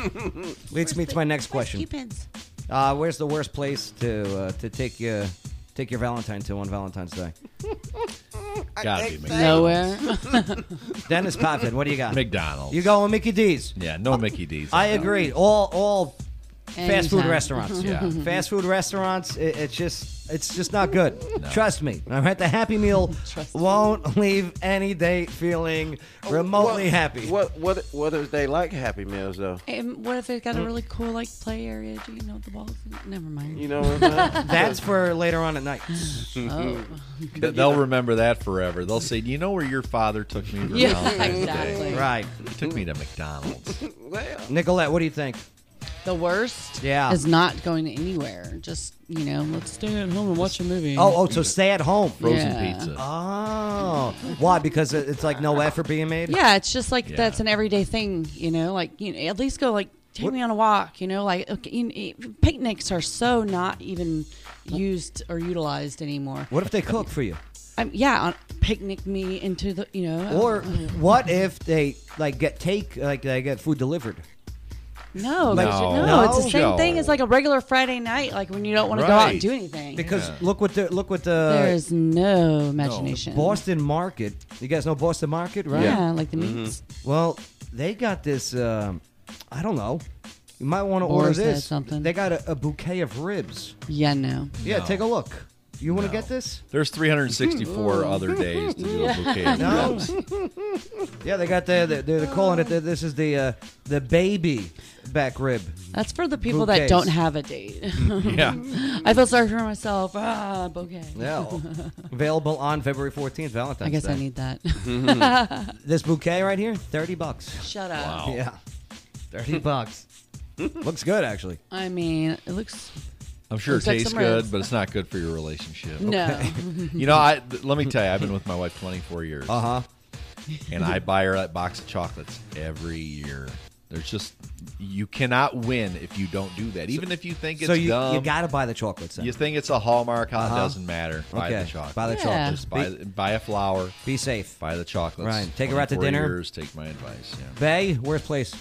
Leads me to my next question. Cupid's. Uh, where's the worst place to uh, to take your take your Valentine to on Valentine's Day? Gotta be Nowhere. Dennis Potvin, what do you got? McDonald's. You going Mickey D's? Yeah, no Mickey D's. I agree. All all fast food Anytime. restaurants. Yeah. fast food restaurants. It, it's just it's just not good. Trust me. All right, the Happy Meal won't leave any day feeling remotely Oh, What- happy. What what what is they like Happy Meals though? And what if they Mm-hmm. got a really cool like play area? Do you know the walls? Never mind. You know what Hmm. I'm saying? That's for later on at night. Oh. Th- They'll remember that forever. They'll say, "Do you know where your father took me?" for Yeah, Valentine's Day?" exactly. Right. He took me to McDonald's. Nicolette, what do you think? The worst Yeah. is not going anywhere. Just, you know, let's stay at home and watch a movie. Oh, oh, so stay at home. Frozen Yeah. pizza. Oh, why? Because it- it's like no effort being made. Yeah, it's just like Yeah. that's an everyday thing, you know. Like you know, at least go like take me on a walk, you know. Like okay, you know, picnics are so not even used or utilized anymore. What if they cook for you? I'm, yeah, on, picnic me into the you know Or what if they like get take like they get food delivered? oh, no, Like- no, No. it's the same No. thing as like a regular Friday night, like when you don't want to go out and Right. do anything. Because look what the look what the there is no imagination. Boston Market. You guys know Boston Market, right? Yeah, Yeah. like the Mm-hmm. meats. Well, they got this. Um, I don't know. You might want to order Boris said this. something. They got a, a bouquet of ribs. Yeah, no. Yeah, No. take a look. You want to get this? There's 364 other days to do a bouquet of No. ribs. Yeah, they got the, the they're calling it. The, this is the uh, the baby back rib. That's for the people that Bouquets. don't have a date. Yeah. I feel sorry for myself. Ah, bouquet. Yeah, available on February 14th, Valentine's. I guess I Day. need that. this bouquet right here, thirty bucks. Shut up. Oh. Wow. Yeah, thirty bucks. Looks good actually. I mean, it looks. I'm sure it looks like tastes some ribs. good, but it's not good for your relationship. No. Okay. you know, I th- let me tell you, I've been with my wife 24 years. Uh huh. And I buy her that box of chocolates every year. There's just you cannot win if you don't do that. Even if you think it's so you, dumb, you gotta buy the chocolates. Then. you think it's a Hallmark, huh? Uh-huh. It doesn't matter. Buy Okay. the chocolate. Buy the Yeah. chocolates. Just buy, Be- buy a flower. Be safe. Buy the chocolates. Right. Take her out to 24 dinner. Years, take my advice. Yeah. Bay, worst place.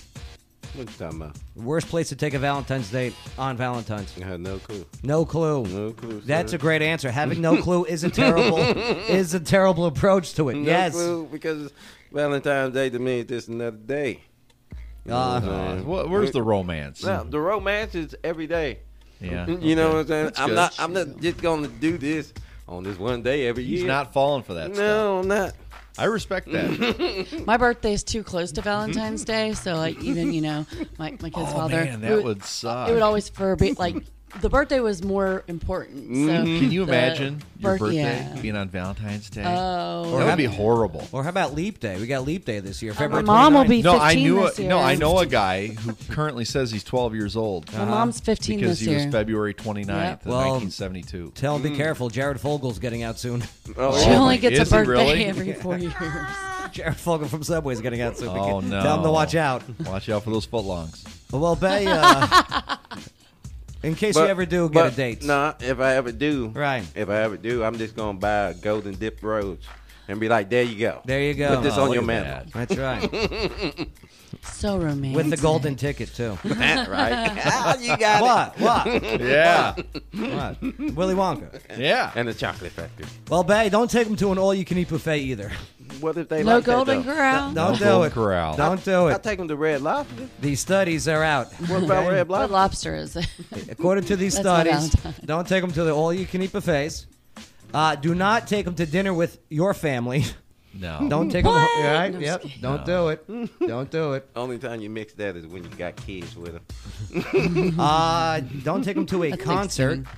What you talking about? Worst place to take a Valentine's date on Valentine's. I had no clue. No clue. No clue, That's sir. a great answer. Having no clue is a terrible is a terrible approach to it. No yes. clue, because Valentine's Day to me is just another day. You know Uh-huh. what I'm Uh, saying? wh- where's the romance? No, the romance is every day. Yeah, you know what I'm saying. That's I'm good. not. I'm not just gonna do this on this one day every year. He's not falling for that. No, I'm not. I respect that. My birthday's too close to Valentine's Day, so like even you know my, my kid's Oh, father. man, it that would suck. It would always for be like the birthday was more important. So Mhm. Can you the imagine your birth- birthday yeah. being on Valentine's Day? Oh. that would be horrible. Or how about Leap Day? We got Leap Day this year. my February mom will 29th. be No, I 15 knew. this A, no, year. I know a guy who currently says he's 12 years old. My Uh-huh. mom's 15 because this he was year. February 29th, of Well, 1972. Tell Mm. him be careful. Jared Fogel's getting out soon. Oh, She oh only my- gets a is he birthday really? every four years. Jared Fogle from Subway is getting out, so we Oh can no! tell him to watch out. Watch out for those footlongs. Well, Bay, uh, in case you But- ever do get a but, date, Nah, if I ever do, right? If I ever do, I'm just gonna buy a golden dip rose and be like, there you go. There you go. Put this Oh, on look your at mantle. that. That's right. so romantic. with the golden ticket too. That right. Ah, you what? got it. What? Yeah. What? What? Willy Wonka. Yeah. And the chocolate factory. Well, Bay, don't take them to an all-you-can-eat buffet either. What if they No like that, Golden though? Corral. Don't No do Golden it. Corral. Don't do it. I take them to Red Lobster. These studies are out. What about Okay? Red What lobster Lobster? is it? According to these That's my studies, don't take them to the all-you-can-eat buffets. Uh, do not take them to dinner with your family. No. Don't take What? them. All right. No, I'm yep. just kidding. Don't No. do it. Don't do it. Only time you mix that is when you got kids with them. Uh, don't take them to a That's concert.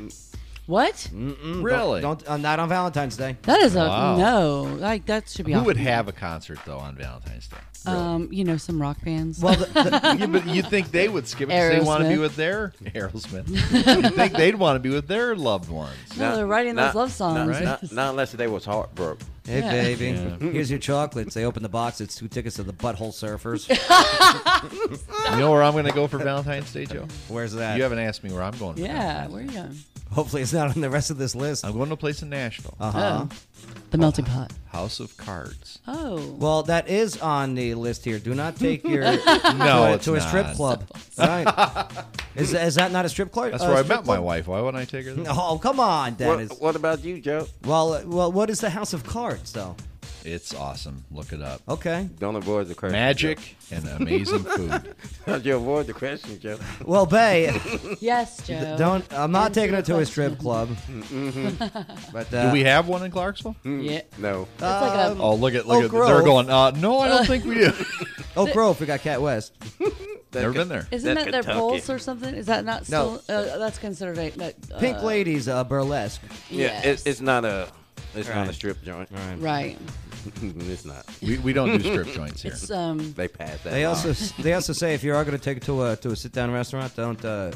What? Mm-mm, Really? Don't, don't uh, not on Valentine's Day. That is a Wow. no. Like that should be. Who off would the- have a concert though on Valentine's Day? Um, you know, some rock bands. Well, yeah, but you think they would skip it 'cause they want to be Aerosmith. with their Aerosmith. you think they'd want to be with their loved ones? No, they're writing those love songs. Not, not, not unless they was heartbroken. Hey, Yeah. baby. Yeah. Here's your chocolates. They open the box. It's two tickets to the Butthole Surfers. You know where I'm going to go for Valentine's Day, Joe? Where's that? You haven't asked me where I'm going. For yeah, where are you going? Hopefully, it's not on the rest of this list. I'm going to a place in Nashville. Uh huh. The melting pot. House of Cards. Oh. Well, that is on the list here. Do not take your No, to, a- Oh, it's to a strip not. club. right. Is, is that not a strip club? That's uh, where I strip met my club? wife. Why wouldn't I take her? There? Oh, come on, Dennis. What, what about you, Joe? Well, uh, well, what is the House of Cards, though? It's awesome. Look it up. Okay. Don't avoid the question. Magic and amazing food. Don't you avoid the question, Joe. Well, Bay. Yes, d- Joe. Don't. I'm not Answer taking the it to a strip club. But uh, Mm-hmm. Do we have one in Clarksville? Yeah. No. It's like um, a- oh, look at Oak look at they're Grove. going. Uh, no, I don't think we do. Oak oh, Grove, we got Cat West. Never been there. Isn't that their pulse or something? Is that not No. still? Uh, that's considered a that, uh, Pink Ladies uh, burlesque. Yeah, Yes. it, it's not a it's not a Right. strip joint. Right. it's not. We, we don't do strip joints here. It's, um, they pass that. They also line. they also say if you are going to take it to a to a sit down restaurant, don't uh,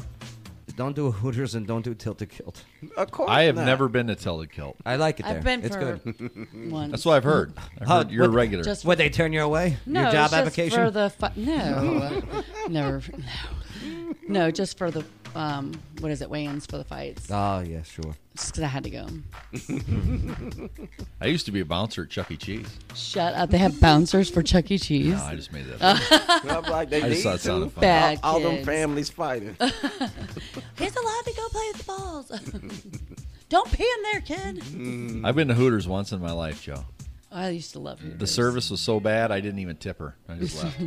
don't do Hooters and don't do Tilted Kilt. of course. I have not. never been to Tilted Kilt. I like it there. I've been it's for good. one. That's what I've heard. I've How- heard you're a what- regular. Just- would they turn you away? No, Your it's job just application? for the fu- no, never, no, no, just for the um, what is it? Weigh-ins for the fights. Oh yeah, sure. Just because I had to go. I used to be a bouncer at Chuck E. Cheese. Shut up! They have bouncers for Chuck E. Cheese. No, I just made that up. I'm like, they I just need thought it sounded to. fun. Bad all, all them kids. families fighting. He's allowed to go play with the balls. Don't pee in there, kid. I've been to Hooters once in my life, Joe. I used to love The service was so bad, I didn't even tip her. I just left.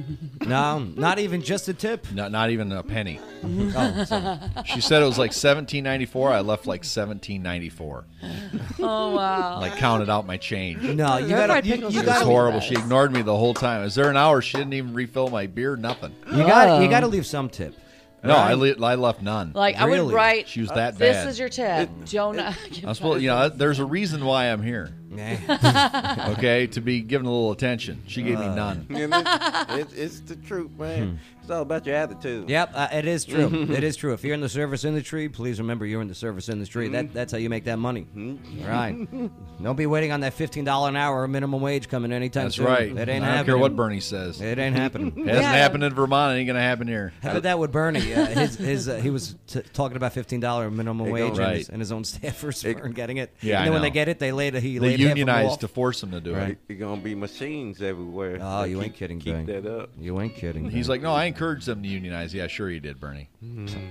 no, not even just a tip. Not, not even a penny. Oh, sorry. She said it was like 1794. I left like 1794. Oh wow! Like counted out my change. No, you Their gotta fried you, pickles you it was gotta horrible. She ignored me the whole time. It was there an hour. She didn't even refill my beer. Nothing. You got you gotta leave some tip. No, I, Right? le- I left none. Like I would Really? write. She was that This bad. is your tip, Jonah. I was supposed, you know, there's a reason why I'm here. Oh. okay, to be given a little attention. She gave Uh, me none. And it's, it's, it's the truth, man. Hmm. It's all about your attitude. Yep, uh, it is true. it is true. If you're in the service industry, please remember you're in the service industry. Mm-hmm. That that's how you make that money. Right. Don't be waiting on that fifteen dollar an hour minimum wage coming anytime That's soon. right. It ain't happening. I don't care what Bernie says. It ain't happening. It hasn't happened in Vermont. It ain't gonna happen here. But that with Bernie, uh, his, his uh, he was t- talking about fifteen dollar minimum It wage, goes- and, Right. his, and his own staffers weren't getting it. Yeah, I and then when know. they get it, they laid a he they laid half of them unionized off. to force him to do it. You're gonna be machines everywhere. Oh, They you keep- ain't kidding, Keep Bang. that up. You ain't kidding. He's Bang. like, no, I encouraged them to unionize. Yeah, sure you did, Bernie.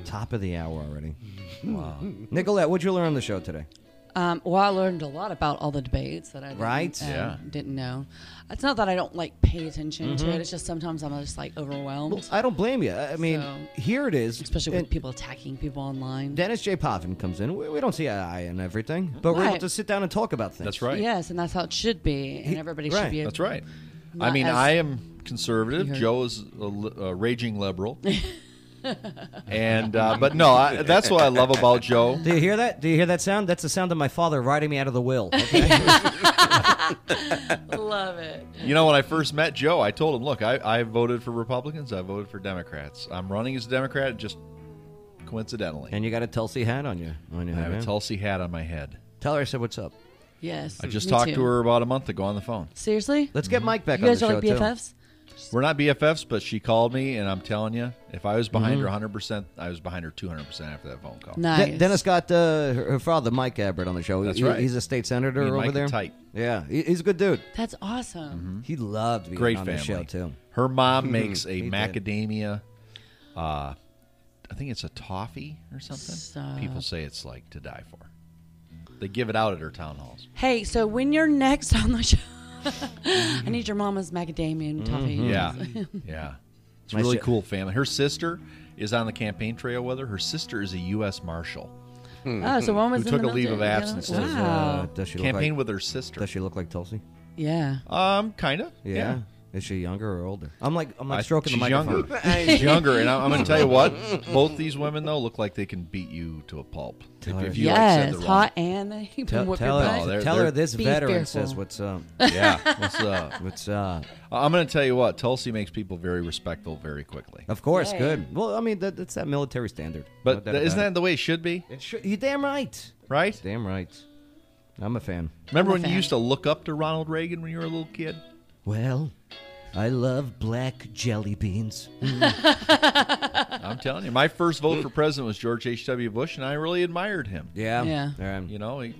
top of the hour already. Wow, Nicolette, what'd you learn on the show today? Um, well, I learned a lot about all the debates that I didn't, Right? um, Yeah. didn't know. It's not that I don't like pay attention to Mm-hmm. Mhm. it. It's just sometimes I'm just like overwhelmed. uh, I don't blame you. I I mean, here it is. Especially with people attacking people online. Dennis J. Poffin comes in. We, we don't see eye on everything, but we're able Right. to sit down and talk about things. That's right. Yes, and that's how it should be, and everybody should be. That's right. I not mean, as- I am conservative. You heard- Joe is a, li- a raging liberal. and uh, but no, I, that's what I love about Joe. Do you hear that? Do you hear that sound? That's the sound of my father writing me out of the will. okay? Love it. You know, when I first met Joe, I told him, "Look, I, I voted for Republicans. I voted for Democrats. I'm running as a Democrat, just coincidentally. and you got a Tulsi hat on you. On your I have head, a Tulsi hat on my head. Tell her I said what's up. Yes, I just Mm, me talked too. to her about a month ago on the phone. Seriously? Let's get Mike back You on guys the are like show, too. BFFs? We're not BFFs, but she called me, and I'm telling you, if I was behind Mhm. her 100%, I was behind her 200% after that phone call. De- Dennis got uh, her her father, Mike Abbott, on the show. That's He- right. He's a state senator Me and over Mike are there. tight. Yeah, he- he's a good dude. That's awesome. He loved being Great on family. the show too. Her Mm-hmm. mom makes a He did. macadamia. Uh, I think it's a toffee or something. Stop. People say it's like to die for. They give it out at her town halls. Hey, so when you're next on the show, I need your mama's macadamia and toffee. Mm-hmm. Yeah, yeah. It's Hmm. a My really si- cool family. Her sister is on the campaign trail with her. Her sister is a U.S. Marshal. Oh, so one was who in took the a leave military, of the other- absence. Wow. to Uh, does she look campaign like- with her sister. Does she look like Tulsi? Yeah. Um, kind of. Yeah. yeah. Is she younger or older? I'm like I'm like I- stroking she's the microphone. Younger. she's younger, and I'm, I'm going to tell you what. Both these women though look like they can beat you to a pulp. Tell her- like, said Yes, the wrong- hot and they can Tell, whip tell your her, butt. Oh, they're- tell her this Be veteran fearful. says what's up. Yeah, what's up? What's uh, up? I'm going to tell you what. Tulsi makes people very respectful very quickly. Of course, Yay. good. Well, I mean that, that's that military standard. But No doubt isn't about that the way it should be? it. It should- you damn right. Right? Damn right. I'm a fan. Remember I'm a when you fan. used to look up to Ronald Reagan when you were a little kid? Well, I love black jelly beans. I'm telling you, my first vote for president was George H.W. Bush, and I really admired him. Yeah. Yeah. You know, he,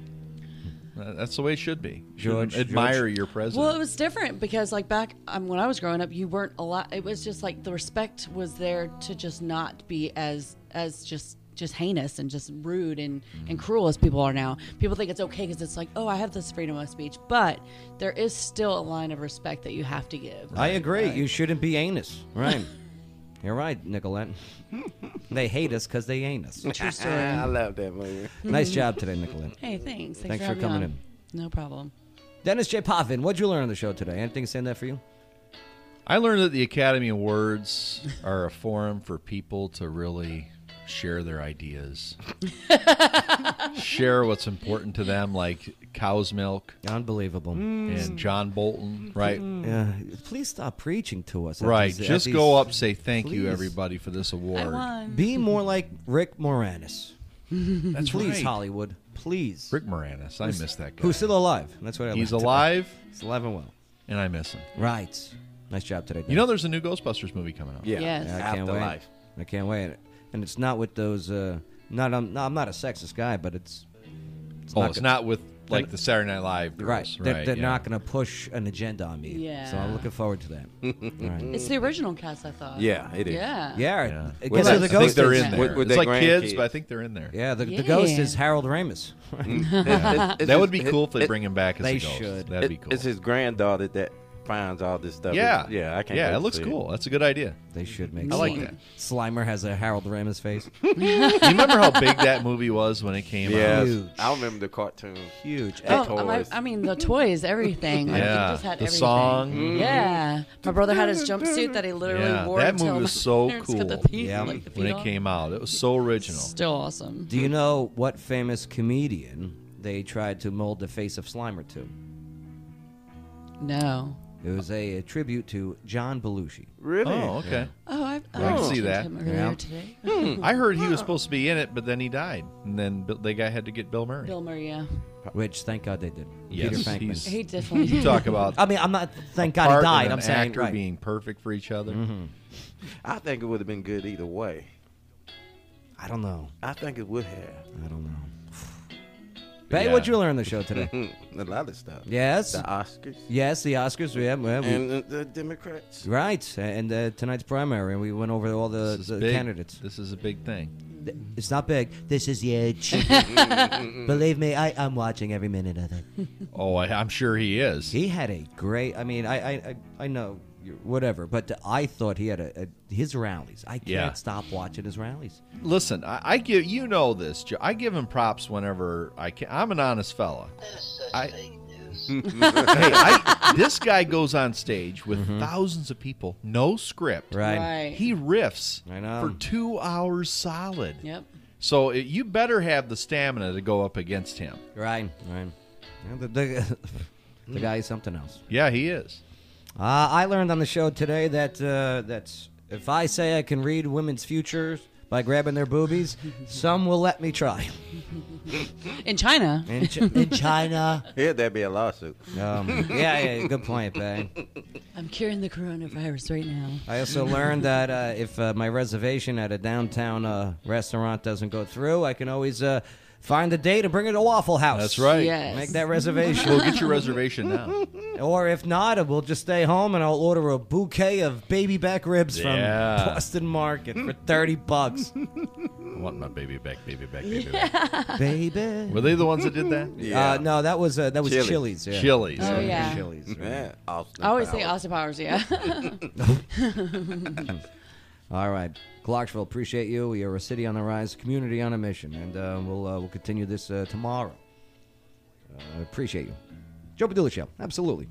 uh, that's the way it should be. You should George- admire George- your president. Well, it was different because, like back um, when I was growing up, you weren't a lot. It was just like the respect was there to just not be as as just just heinous and just rude and Mm-hmm. and cruel as people are now. People think it's okay because it's like, oh, I have this freedom of speech, but there is still a line of respect that you have to give. I agree. You shouldn't be anus. Right. You're right, Nicolette. they hate us because they ain't us. True story. I love that movie. Nice job today, Nicolette. Hey, thanks. Thanks, Thanks for having coming me in. on. No problem. Dennis J. Poffin, what'd you learn on the show today? Anything stand out for you? I learned that the Academy Awards are a forum for people to really share their ideas, share what's important to them, like cow's milk. Unbelievable. And John Bolton, right? Yeah. Please stop preaching to us. at Right. these- at Just these- go up, say thank you, Please. everybody, for this award. Be more like Rick Moranis. That's Please, right. Hollywood. Please. Rick Moranis. I Who's- miss that guy. Who's still alive. That's what I He's learned. alive. He's alive and well. And I miss him. Right. Nice job today. You know, there's a new Ghostbusters movie coming out. Yeah. I can't wait. I can't wait. And it's not with those. Uh, not I'm. No, I'm not a sexist guy, but it's. oh, it's go- not with like the Saturday Night Live Right. girls, They're, they're yeah. not going to push an agenda on me. So Yeah. I'm looking forward to that. All right. It's the original cast, I thought. Yeah, it is. Yeah. Yeah. Yeah. I Well, guess who I the think ghost they're is. in there. With- with it's their like kids, grandkids. but I think they're in there. Yeah, the, the ghost Yeah. is Harold Ramis. It- it- that would be it- cool if they it- bring him back as They a ghost. should. That'd It- be cool. It's his granddaughter that finds all this stuff. yeah, It's- yeah, I can't. Yeah, wait it to looks see cool. That's a good idea. They should make. I like Slimer. that. Slimer has a Harold Ramis face. you remember how big that movie was when it came out? Yeah, I remember the cartoon. Huge. Uh, Oh, I, I mean the toys, everything. Like, Yeah. you just had The everything. song. Yeah, my brother had his jumpsuit that he literally Yeah, wore. that until movie was my so parents got cool the piece, like, the when feet it on. came out. It was so original. Still awesome. Do you know what famous comedian they tried to mold the face of Slimer to? No. It was a, a tribute to John Belushi. Really? Oh, okay. Oh, I've, I can oh. see that. Him earlier Yeah. today. Hmm. I heard he was supposed to be in it, but then he died, and then Bill- they guy had to get Bill Murray. Bill Murray, yeah. Which, thank God they did. Yes, Peter Frankman. he's- He definitely You talk about. I mean, I'm not. Thank a God he part died. and I'm an saying actor right. Mm-hmm. being perfect for each other. I think it would have been good either way. I don't know. I think it would have. I don't know. Bay, what'd Yeah. you learn on the show today? a lot of stuff. yes. The Oscars. Yes, the Oscars. Yeah, yeah, we- And the, the Democrats. right. And uh, tonight's primary, and we went over all the, the big. candidates. This is a big thing. Th- It's not big. This is huge. Believe me, I, I'm watching every minute of it. Oh, I, I'm sure he is. He had a great. I mean, I I, I, I know you're- whatever, but I thought he had a, a his rallies. I can't Yeah. stop watching his rallies. Listen, I, I give you know this. Joe. I give him props whenever I can. I'm an honest fella. I, hey, I, this guy goes on stage with thousands of people, no script. Mm-hmm. Right. Right. He riffs I know. for two hours solid. Yep. So it, you better have the stamina to go up against him. Right, right. Yeah, the, the, the guy is something else. Yeah, he is. Uh, I learned on the show today that uh, that if I say I can read women's futures, by grabbing their boobies. Some will let me try. In China. In, Chi- in China. Here, there'd be a lawsuit. Um, yeah, yeah, good point, Bang. I'm curing the coronavirus right now. I also learned that uh, if uh, my reservation at a downtown uh, restaurant doesn't go through, I can always uh, find a date and bring it to Waffle House. That's right. Yes. Make that reservation. Well, get your reservation now. Or if not, we'll just stay home and I'll order a bouquet of baby back ribs Yeah. from Boston Market for 30 bucks. I want my baby back, baby back, baby back. baby. Were they the ones that did that? Uh, no, that was uh, that was Chili's. Chili's. yeah. Chili's. Mm-hmm. Oh, yeah. Chili's. right. Yeah, Austin I always say Powers. Austin Powers, yeah. All right, Clarksville, appreciate you. You're a city on the rise, community on a mission, and uh, we'll uh, we'll continue this uh, tomorrow. Uh, appreciate you, Joe Padula Show. Absolutely.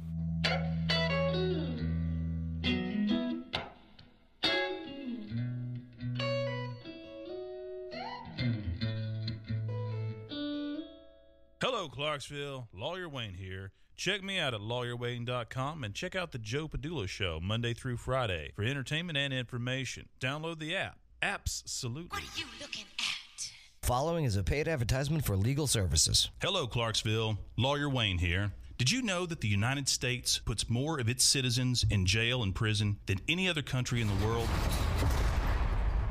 Hello, Clarksville. Lawyer Wayne here. Check me out at lawyerwayne.com and check out The Joe Padula Show Monday through Friday for entertainment and information. Download the app. Absolutely. Following is a paid advertisement for legal services. Hello, Clarksville. Lawyer Wayne here. Did you know that the United States puts more of its citizens in jail and prison than any other country in the world?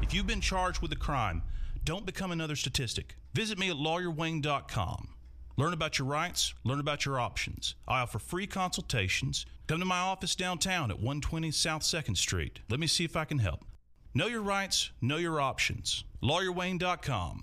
If you've been charged with a crime, don't become another statistic. Visit me at lawyerwayne.com. Learn about your rights, learn about your options. I offer free consultations. Come to my office downtown at 120 South 2nd Street. Let me see if I can help. Know your rights, know your options. lawyerwayne.com.